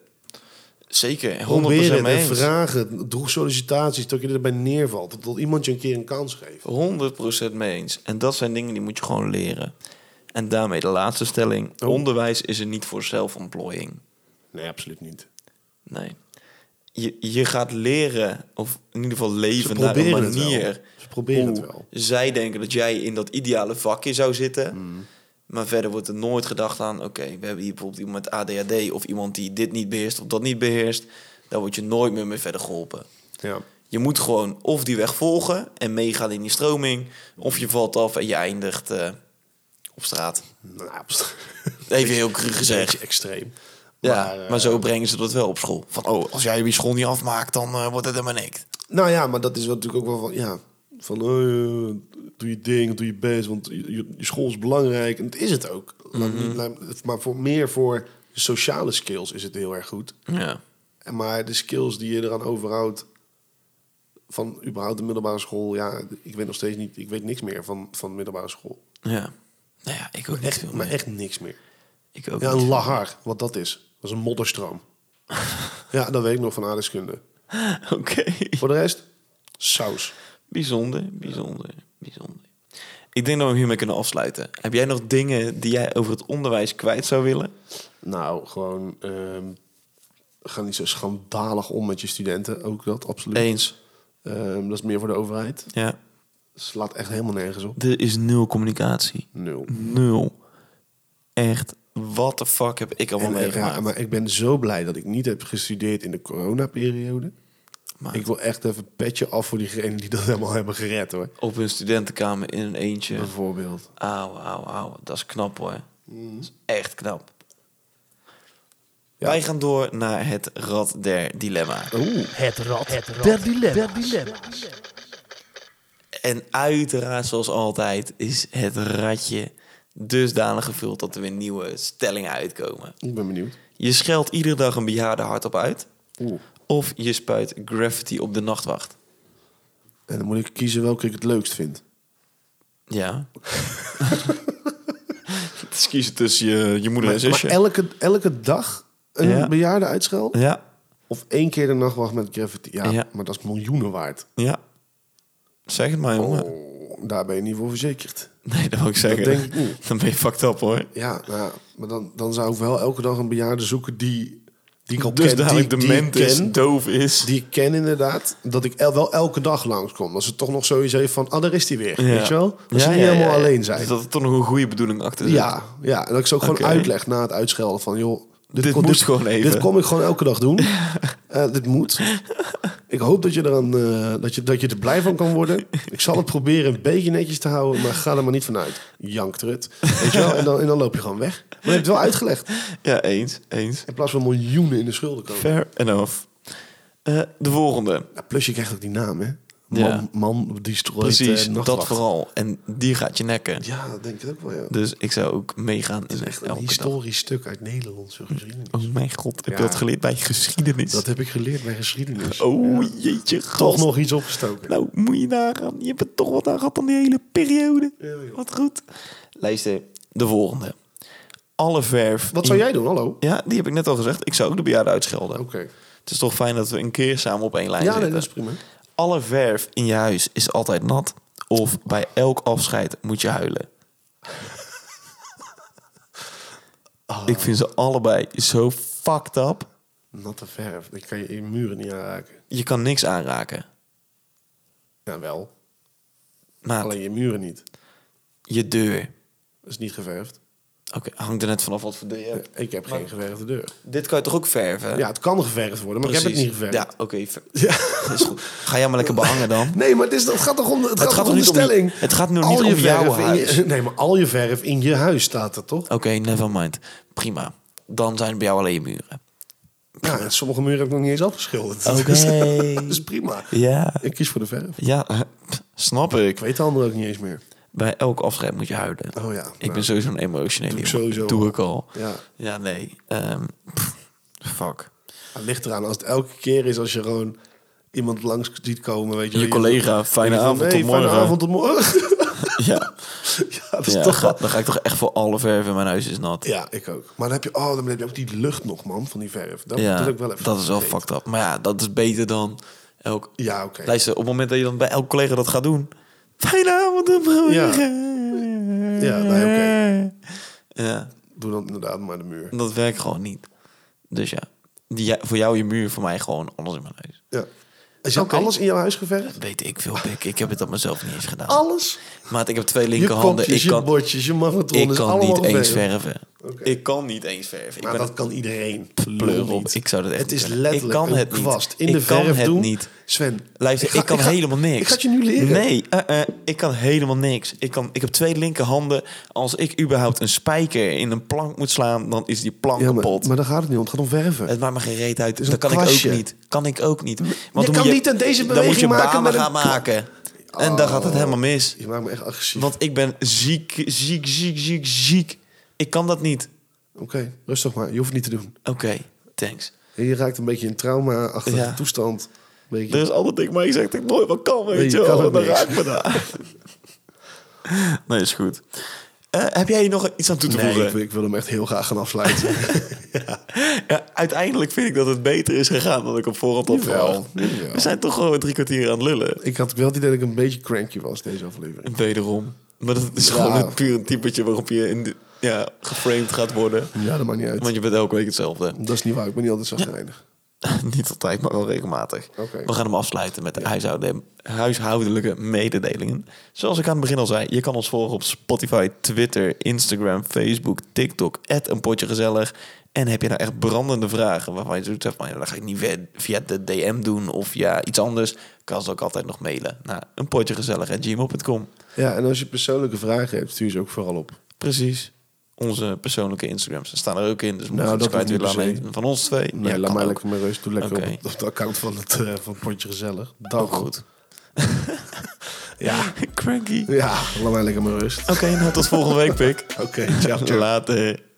Zeker, 100% Probeer het mee en eens. vragen. Doe sollicitaties tot je erbij neervalt. Tot, tot iemand je een keer een kans 100% geeft. mee eens. En dat zijn dingen die moet je gewoon leren. En daarmee de laatste stelling. Oh. Onderwijs is er niet voor zelfontplooiing. Nee, absoluut niet. Nee. Je, je gaat leren, of in ieder geval Ze leven naar een proberen het manier... wel. Ze proberen hoe het wel. zij denken dat jij in dat ideale vakje zou zitten. Mm. Maar verder wordt er nooit gedacht aan... Oké, we hebben hier bijvoorbeeld iemand met ADHD... of iemand die dit niet beheerst of dat niet beheerst. Daar word je nooit meer mee verder geholpen. Ja. Je moet gewoon of die weg volgen en meegaan in die stroming, of je valt af en je eindigt eh, op straat. Nou, Even heel cru gezegd. beetje extreem. Ja, maar, Maar, eh, zo brengen ze dat wel op school. Van, oh, als jij je school niet afmaakt, dan eh, wordt het helemaal niks. Nou ja, maar dat is wat natuurlijk ook wel van... Ja, van eh, doe je ding, doe je best, want je, je- je school is belangrijk. En dat is het ook. Laat me niet- laat me- Maar voor, meer voor de sociale skills is het heel erg goed. Ja. En Maar de skills die je eraan overhoudt van überhaupt de middelbare school... Ja, ik weet nog steeds niet... Ik weet niks meer van, van de middelbare school. Ja. Nou ja, ik ook echt veel Maar meer. echt niks meer. Ik ook Ja, niet. een lahar, wat dat is. Dat is een modderstroom. ja, dat weet ik nog van aardeskunde. Oké. Voor de rest, saus. Bijzonder, bijzonder, bijzonder. Ik denk dat we hiermee kunnen afsluiten. Heb jij nog dingen die jij over het onderwijs kwijt zou willen? Nou, gewoon. ehm, ga niet zo schandalig om met je studenten. Ook dat, absoluut. Eens. Ehm, dat is meer voor de overheid. Ja. Slaat echt helemaal nergens op. Er is nul communicatie. Nul. Nul. Echt, what the fuck heb ik allemaal En, eh, meegemaakt? ja, maar ik ben zo blij dat ik niet heb gestudeerd in de coronaperiode. Maar Ik wil echt even een petje af voor diegenen die dat helemaal hebben gered hoor. op hun studentenkamer in een eentje. Bijvoorbeeld. Auw, auw, auw. Dat is knap hoor. Dat is echt knap. Ja. Wij gaan door naar het rad der dilemma. Het rad, het rad der dilemma's. En uiteraard, zoals altijd, is het radje dusdanig gevuld dat er weer nieuwe stellingen uitkomen. Ik ben benieuwd. Je scheldt iedere dag een bejaarde hardop uit. Oeh. Of je spuit graffiti op de nachtwacht. En dan moet ik kiezen welke ik het leukst vind. Ja. het is kiezen tussen je, je moeder en Maar, maar zusje. elke, elke dag een Ja. bejaarde uitschel? ja, Of één keer de nachtwacht met graffiti? Ja, Ja. maar dat is miljoenen waard. ja. Zeg het maar, jongen. Oh, daar ben je niet voor verzekerd. Nee, dat wil ik zeggen. denk ik niet. Dan ben je fucked up, hoor. Ja, nou ja, maar dan, dan zou ik wel elke dag een bejaarde zoeken die, die ik al Dus ken. Die, dadelijk de die, ik ment is, ken, doof is. die ik ken inderdaad. Dat ik el- wel elke dag langskom. Dat ze toch nog zoiets heeft van, ah, daar is hij weer. Ja. Weet je wel? Dat Ja, ze niet ja, ja, helemaal ja. alleen zijn. Dus dat er toch nog een goede bedoeling achter zit. ja, ja, en dat ik ze ook gewoon Oké. uitleg na het uitschelden van, joh... Dit kon- moest gewoon even. Dit kom ik gewoon elke dag doen. Eh, dit moet. Ik hoop dat je, eraan, eh, dat, je, dat je er blij van kan worden. Ik zal het proberen een beetje netjes te houden, maar ga er maar niet vanuit. Janktrut. Weet je wel? En, dan, en dan loop je gewoon weg. Maar je hebt het wel uitgelegd. Ja, eens, eens. In plaats van miljoenen in de schulden komen. Fair enough. Eh, de volgende. Ja, plus je krijgt ook die naam, hè? Man, Ja. man die strooit Precies, eh, nachtwacht. dat vooral. En die gaat je nekken. Ja, dat denk ik ook wel, ja. Dat Dus ik zou ook meegaan in is echt een elke dag. historisch stuk uit Nederlandse geschiedenis. Oh mijn god, heb je Ja. dat geleerd bij geschiedenis? Dat heb ik geleerd bij geschiedenis. Oh Ja. jeetje, Toch god. nog iets opgestoken. Nou, moet je nagaan. Je hebt er toch wat aan gehad aan die hele periode. Ja, joh. Wat goed. Luister, de volgende. Alle verf... Wat zou in- jij doen, hallo? Ja, die heb ik net al gezegd. Ik zou ook de bejaarden uitschelden. Oké. Het is toch fijn dat we een keer samen op één lijn Ja, nee, zitten. dat is prima. Alle verf in je huis is altijd nat. Of bij elk afscheid moet je huilen. Oh. Ik vind ze allebei zo fucked up. Natte verf. Dan kan je je muren niet aanraken. Je kan niks aanraken. Ja, wel. Maar Alleen je muren niet. je deur. Dat is niet geverfd. Oké, hangt er net vanaf wat voor deur je hebt. Ik heb geen geverfde deur. Dit kan je toch ook verven? Ja, het kan geverfd worden, maar ik heb het niet geverfd. Ja, oké. ver- Is goed. Ga jij maar lekker behangen dan. Nee, maar het, is, het gaat toch om, het gaat gaat toch om de niet om je- stelling? het gaat nu Al niet je om jouw verf in je- huis. nee, maar al je verf in je huis staat er toch? Oké, never mind. Prima. Dan zijn het bij jou alleen je muren. Ja, en sommige muren heb ik nog niet eens afgeschilderd. Oké. dat is prima. Ja. Ik kies voor de verf. Ja, eh, pff, snap ik. Ik weet de andere ook niet eens meer. Bij elk afscheid moet je huilen. Oh ja. Ik ben sowieso een emotionele Doe ik jongen. sowieso. Doe ik al. Ja. Ja, nee. Ehm, pff, fuck. Het ligt eraan. Als het elke keer is als je gewoon iemand langs ziet komen. Weet je, Je wel, collega, fijne van, avond hey, tot morgen. Fijne avond tot morgen. Ja, ja, dat is ja toch ga- wel... dan ga ik toch echt voor alle verf in mijn huis is nat. Ja, ik ook. Maar dan heb je, oh, dan heb je ook die lucht nog, man, van die verf. Dat, Ja, dat heb ik wel even dat is wel vergeten. fucked up. Maar ja, dat is beter dan elk... Ja, oké. Luister, op het moment dat je dan bij elk collega dat gaat doen... Fijne avond, tot morgen. Ja. Ja, nee, oké. Ja, Doe dan inderdaad maar de muur. dat werkt gewoon niet. Dus ja, die, ja, voor jou je muur, voor mij gewoon alles in mijn huis. Ja. Is jou Oké. alles in jouw huis geverfd? Weet ik veel, pik. Ik heb het aan mezelf niet eens gedaan. Alles? Maat, ik heb twee Je linkerhanden. kopjes, Ik je kan, bordjes, je magnetron ik is kan niet allemaal eens geverfd. verven. Oké. Ik kan niet eens verven. Ik Maar ben dat kan iedereen. pleur Lul op. niet. Ik zou dat echt Het niet is kunnen. Ik letterlijk kan een het niet. kwast in Ik de kan verf het doen. niet. Sven, Luister, ik, ga- kan ga- helemaal niks. Ik ga het je nu leren. Nee, eh, eh, ik kan helemaal niks. Ik, kan, ik heb twee linkerhanden. Als ik überhaupt een spijker in een plank moet slaan, dan is die plank Ja, maar, kapot. maar daar gaat het niet om. Het gaat om verven. het maakt me geen reet uit. is dat een kan ik kwastje. ook niet. Kan ik ook niet. Want je dan kan moet niet aan deze Dan moet je beweging maken banen met een gaan kwa- maken. En dan gaat het Oh. helemaal mis. Je maakt me echt agressief. Want ik ben ziek, ziek, ziek, ziek, ziek. Ik kan dat niet. Oké, rustig maar. Je hoeft het niet te doen. Oké, thanks. Je raakt een beetje in trauma-achtige Ja. toestand. Beetje. Er is altijd tegen mij gezegd dat ik nooit wat kan, weet Nee, je je kan wel. ook Dan niks. raak ik me daar. Nee, is goed. Eh, heb jij hier nog iets aan toe te nee, ik, wil- voegen? ik wil hem echt heel graag gaan afsluiten. Ja, uiteindelijk vind ik dat het beter is gegaan dan ik op voorhand had Jawel, verwacht. jawel. We zijn toch gewoon drie kwartier aan het lullen. ik had wel het idee dat ik een beetje cranky was deze aflevering. Wederom. Maar dat is Ja. gewoon een puur een typetje waarop je in de- ja, geframed gaat worden. Ja, dat maakt niet uit. Want je bent elke week hetzelfde. Dat is niet waar. Ik ben niet altijd zagrijnig. Niet altijd, maar wel regelmatig. Oké. We gaan hem afsluiten met de huishouden- huishoudelijke mededelingen. Zoals ik aan het begin al zei, je kan ons volgen op Spotify, Twitter, Instagram, Facebook, TikTok, een potje gezellig. En heb je nou echt brandende vragen waarvan je zoiets hebt van, ja, dat ga ik niet via, via de DM doen of via iets anders, kan ze ook altijd nog mailen naar een potje gezellig Ja, en als je persoonlijke vragen hebt, stuur ze ook vooral op. Precies. Onze persoonlijke Instagrams ze staan er ook in, dus moet Nou, je iets dat kwijt hoeft willen niet aan per een van ons twee. Nee, Ja, laat kan mij ook. lekker mijn rust. Doe lekker Oké. op, op de account van het, eh, van het Potje Gezellig. Ook Dank. goed. Ja. Cranky. ja, laat mij lekker mijn rust. Oké, nou tot volgende week, Pik. Oké, ciao, ciao. Later.